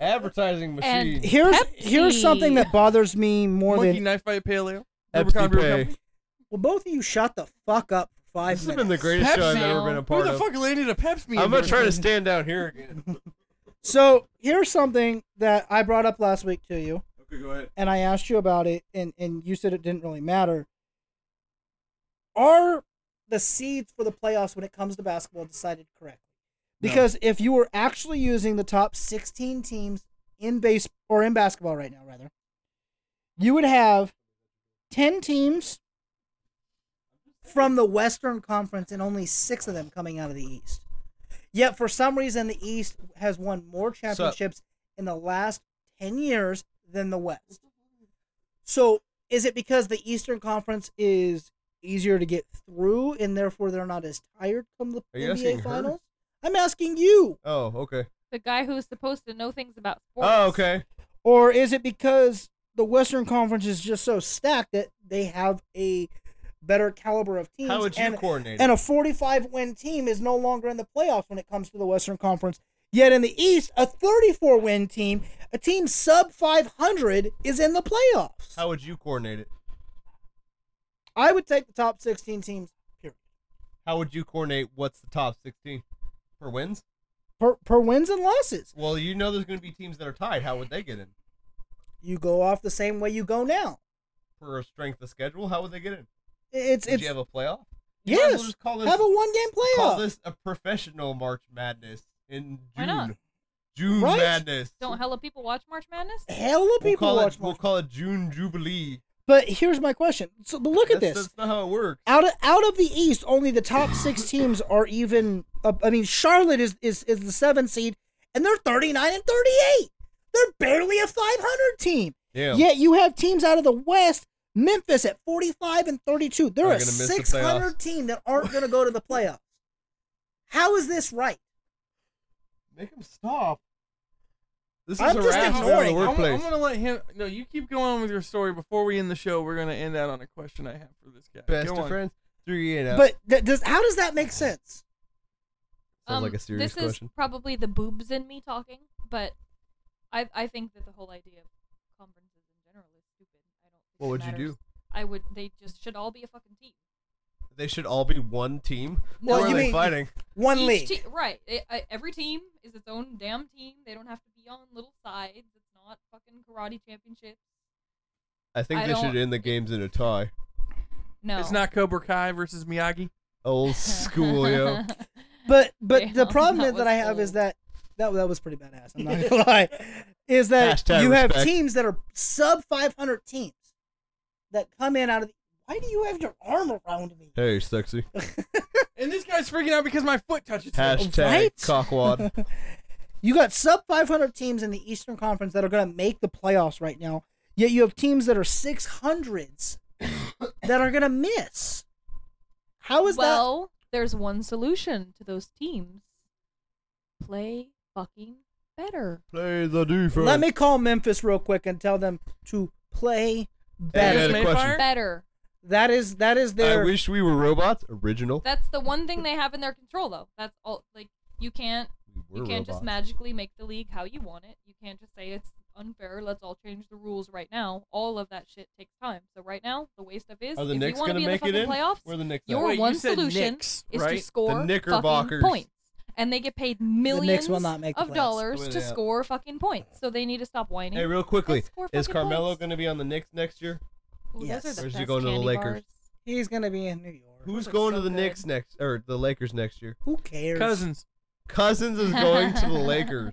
B: advertising
E: And-
B: machine.
C: here's here's
E: Pepsi.
C: something that bothers me more
D: Monkey
C: than
D: Knife by Paleo.
B: Pepsi
D: Rubicon Brew
B: Pay.
D: Company.
C: well, both of you shut the fuck up for five
B: This has
C: minutes.
B: been the greatest show I've
D: Pepsi.
B: ever been a part
D: Who the
B: of.
D: fuck landed a Pepsi?
B: I'm gonna try to
D: endorsement?
B: stand down here again.
C: So here's something that I brought up last week to you,
B: okay, go ahead.
C: and I asked you about it, and and you said it didn't really matter. Are the seeds for the playoffs when it comes to basketball decided correctly?
B: No.
C: Because if you were actually using the top 16 teams in base or in basketball right now, rather, you would have 10 teams from the Western Conference and only six of them coming out of the East. Yet for some reason, the East has won more championships in the last 10 years than the West. So is it because the Eastern Conference is easier to get through and therefore they're not as tired come the
B: Are you asking her?
C: NBA Finals? I'm asking you.
B: Oh, okay.
E: The guy who's supposed to know things about sports.
B: Oh, okay.
C: Or is it because the Western Conference is just so stacked that they have a better caliber of teams?
B: How would you
C: and,
B: coordinate?
C: and a 45 win team is no longer in the playoffs when it comes to the Western Conference. Yet in the East, a 34 win team, a team sub 500, is in the playoffs.
B: How would you coordinate it?
C: I would take the top 16 teams, period.
B: How would you coordinate what's the top 16 for wins?
C: per, per wins and losses.
B: Well, you know there's going to be teams that are tied. How would they get in?
C: You go off the same way you go now.
B: For strength of schedule, how would they get in?
C: It's
B: Did
C: it's
B: you have a playoff? You might as
C: yes.
B: well just call this,
C: have a one game
B: call
C: playoff.
B: this a professional March Madness in
E: Why not?
B: June. June
C: Right?
B: Madness.
E: Don't hella people watch March Madness?
C: Hell of
B: We'll
C: people
B: call,
C: watch
B: it, we'll
C: March-
B: call it June Jubilee.
C: But here's my question. So, but look at
B: That's-
C: this.
B: That's not how it works.
C: out of out of the East, only the top six teams are even. Up. I mean, Charlotte is is is the seventh seed, and they're thirty nine and thirty eight. They're barely a five hundred team.
B: Damn.
C: Yet you have teams out of the West. Memphis at forty five and thirty two. They're
B: Are
C: a
B: gonna miss the
C: six hundred team that aren't going to go to the playoffs. How is this right?
B: Make him stop. This is
C: I'm just
B: harassment around
C: ignoring-
B: the
D: I'm,
B: workplace.
D: I'm gonna let him. No, you keep going with your story. Before we end the show, we're gonna end out on a question I have for this guy.
B: Best
D: Go
B: of
D: on.
B: friends. Three and out.
C: But th- does how does that make sense?
B: Sounds
E: Um,
B: like a serious
E: this
B: question.
E: is probably the boobs in me talking, but I I think that the whole idea of conferences in general is stupid. I don't. Think
B: What
E: it
B: would you
E: matters.
B: do?
E: I would. They just should all be a fucking team.
B: They should all be one team.
E: Well,
B: Who
E: you
B: are they
E: mean-
B: fighting?
C: One
E: Each
C: league.
E: te- right. It- I- every team is its own damn team. They don't have to be on little sides. It's not fucking karate championships.
B: I think
E: I
B: they should
E: don't-
B: end the games in a tie.
E: No.
D: It's not Cobra Kai versus Miyagi.
B: Old school, yo.
C: But but the
E: Damn,
C: problem
E: that
C: that, that
E: was
C: I have is
E: old.
C: that that that was pretty badass. I'm not gonna lie. Is that
B: Hashtag
C: you have
B: respect.
C: teams that are sub 500 teams that come in out of. The, why do you have your arm around me?
B: Hey, sexy.
D: And this guy's freaking out because my foot touches him.
B: Hashtag
C: Right?
B: cockwad.
C: You got sub 500 teams in the Eastern Conference that are gonna make the playoffs right now. Yet you have teams that are 600s that are gonna miss. How is
E: well, there's one solution to those teams. Play fucking better.
B: Play the
C: that?
B: defense.
C: Let me call Memphis real quick and tell them to play
B: Hey,
C: better.
B: I got a
D: Mayfield?
B: question.
E: Better.
C: That is that is
B: I
C: their.
B: wish we were robots. Original.
E: That's the one thing they have in their control, though. That's all. Like you can't
B: We
E: you
B: were
E: can't
B: robots.
E: just magically make the league how you want it. You can't just say it's unfair. Let's all change the rules right now. All of that shit takes time. So right now, the way stuff is
B: Are the
E: if
B: Knicks
E: you want to
B: gonna
E: be
B: make
E: in
B: it
E: the
B: in?
E: fucking playoffs,
B: Where are the Knicks? at?
E: your
D: Wait, you
E: one
D: said
E: solution
D: Knicks,
E: is
D: right?
E: to score fucking
B: Knickerbockers.
E: points, and they get paid millions
C: will not make the
E: of
C: playoffs.
E: dollars
B: Wait,
E: to
B: yeah.
E: score fucking points. So they need to stop whining.
B: Hey, real quickly,
E: Let's score
B: is
E: fucking
B: Carmelo
E: points.
B: going to be on the Knicks next year?
E: Ooh,
C: Yes.
E: those are the
B: Or is he
E: best
B: going to the
E: candy
B: Lakers?
E: bars.
C: He's gonna be in New York.
B: Who's
E: are
B: going to
E: so
B: the
E: good.
B: Knicks next or the Lakers next year?
C: Who cares?
D: Cousins.
B: Cousins is going to the Lakers.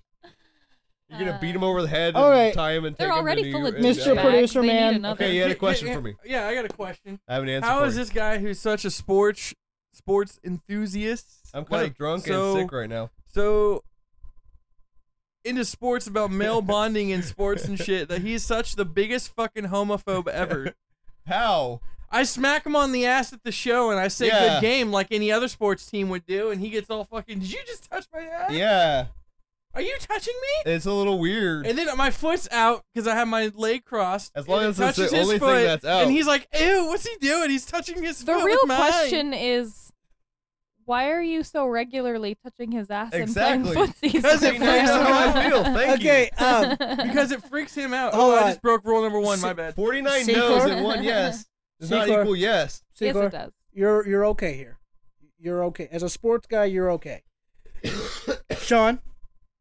B: You're gonna beat him over the head and
C: All right.
B: tie him and
E: Uh, They're
B: take
E: already
B: him to
E: full
B: New
E: of
B: York-
C: Mr.
E: douchebags.
C: Producer
E: They need
C: Man.
E: another.
B: Okay, you had a
D: Yeah,
B: question
D: yeah,
B: for me.
D: Yeah, I got a question.
B: I have an answer.
D: How
B: for
D: is
B: you.
D: this guy who's such a sports sports enthusiast?
B: I'm kind
D: like,
B: of drunk
D: so-
B: and sick right now.
D: So into sports about male bonding and sports and shit that he's such the biggest fucking homophobe ever.
B: How?
D: I smack him on the ass at the show and I say
B: Yeah.
D: good game like any other sports team would do and he gets all fucking did you just touch my ass?
B: Yeah,
D: Are you touching me?
B: it's a little weird.
D: And then my foot's out because I have my leg crossed.
B: As long
D: and it
B: as it's the
D: touches his
B: only thing
D: foot,
B: that's out.
D: And he's like, "Ew, what's he doing? He's touching his
E: The
D: foot." with
E: real
D: mine."
E: question is, why are you so regularly touching his ass
B: Exactly.
E: and playing
D: Because
E: footsie?
D: it
B: Now you know how I feel. Thank
C: okay, um,
D: because it freaks him out.
C: Hold
D: oh, I
C: on.
D: just broke rule number one.
C: S-
D: My
B: you.
D: bad.
B: 49
C: Secor?
B: no's and one yes. Does not
C: Secor.
B: equal yes.
E: yes,
C: Sigor,
E: it does.
C: You're you're okay here. You're okay as a sports guy. You're okay. Sean,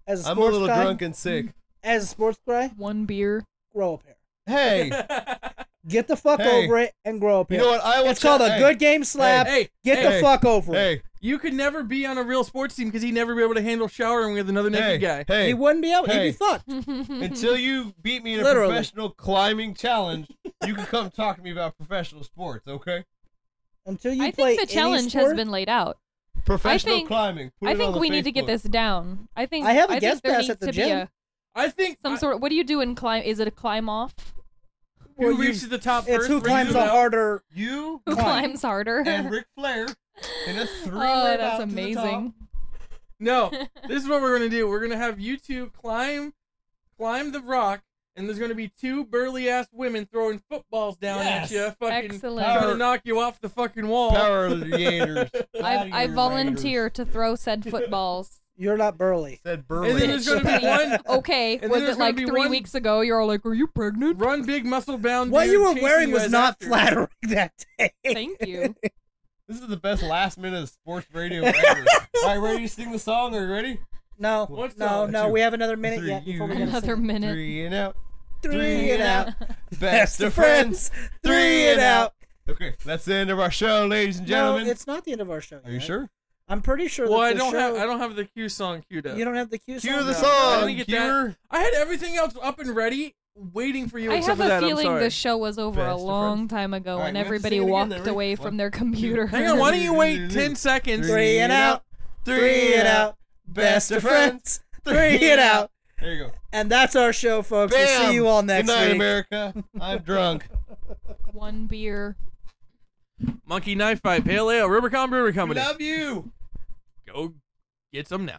C: as a
B: I'm a
C: sports
B: little
C: guy,
B: drunk and sick.
C: as a sports guy,
E: One beer.
C: grow a pair.
B: Hey,
C: Get the fuck
B: Hey.
C: over it and grow a pair.
B: you know what? I will.
C: it's called
B: check-
C: a good game slap.
D: hey,
C: Get
D: hey,
C: the
B: hey,
C: fuck over it.
B: Hey,
D: You could never be on a real sports team because he'd never be able to handle showering with another
B: hey,
D: naked guy.
B: hey.
C: He wouldn't be able. He'd
B: Hey.
C: be fucked.
B: Until you beat me in a
C: Literally.
B: professional climbing challenge, you can come talk to me about professional sports, okay?
C: Until you
E: I
C: play
E: think the
C: any
E: challenge
C: sport,
E: has been laid out.
B: Professional
E: think-
B: climbing. Put
E: I
B: it on
E: think
B: the
E: we need to
B: Facebook.
E: get this down. I think
C: I have a
E: think
C: guest
E: there
C: pass
E: needs
C: at the
E: to Be
C: gym.
E: a,
D: I think
E: some
D: I-
E: sort. What do you do in climb? Is it a climb off?
D: who
C: Well, you-
D: reaches the top
C: It's
D: first.
C: who climbs
D: rings
C: the
D: out.
C: harder.
B: You
E: Who
C: Climb.
E: climbs harder?
B: and Ric Flair in a three-way
E: oh,
B: bout
E: that's
B: to the top.
E: amazing.
D: No, this is what we're gonna do. We're gonna have you two climb, climb the rock, and there's gonna be two burly ass women throwing footballs down
B: Yes.
D: at you, fucking
E: Excellent.
D: trying
B: Power-
D: to knock you off the fucking wall.
B: Power Leaders.
E: I, I volunteer to throw said footballs.
C: You're not burly.
B: Said
D: And then there's
B: Burley.
D: gonna be one.
E: okay,
D: And then
E: was
D: there's
E: it
D: gonna
E: like
D: be
E: three
D: one-
E: weeks ago? You're all like, "Are you pregnant?"
D: Run big muscle bound.
C: What
D: dude
C: you were
D: chasing
C: wearing
D: you
C: was
D: as
C: not
D: after.
C: flattering that day.
E: Thank you.
B: This is the best last minute of sports radio ever. All right, ready to sing the song? Are you ready?
C: No,
D: What's
C: no,
D: up?
C: no. We have another minute
B: Three
C: yet before we
B: years.
C: gotta
E: Another
C: sing.
E: minute.
B: Three and out.
C: Three and out.
B: Best of friends.
C: Three and out.
B: Okay, that's the end of our show, ladies and gentlemen.
C: No, it's not the end of our show.
B: Are you
C: yet.
B: sure?
C: I'm pretty sure.
D: Well,
C: that
D: I
C: the
D: don't
C: show,
D: have I don't have the cue song queued up.
C: You don't have the cue.
B: Cue the
C: No.
D: I
B: song.
D: didn't get that.
B: Cure.
D: I had everything else up and ready, waiting for you.
E: I
D: except
E: have
D: for
E: a
D: that. I'm
E: feeling
D: sorry.
E: this show was over
B: Best
E: a
B: of
E: long
B: friends.
E: time ago
B: All right,
E: and
B: we have to
E: everybody
B: sing it again
E: walked
B: then, right?
E: away from their computer.
D: Hang on, why don't you wait ten seconds?
C: Three and out. Three and out. Best of friends. Three and out.
B: There you go.
C: And that's our show, folks.
B: Bam.
C: We'll see you all next
B: Good night,
C: week.
B: America. I'm drunk.
E: One beer.
D: Monkey Knife by Pale Ale, Rubicon Brewer Company.
B: Love you.
D: Go get some now.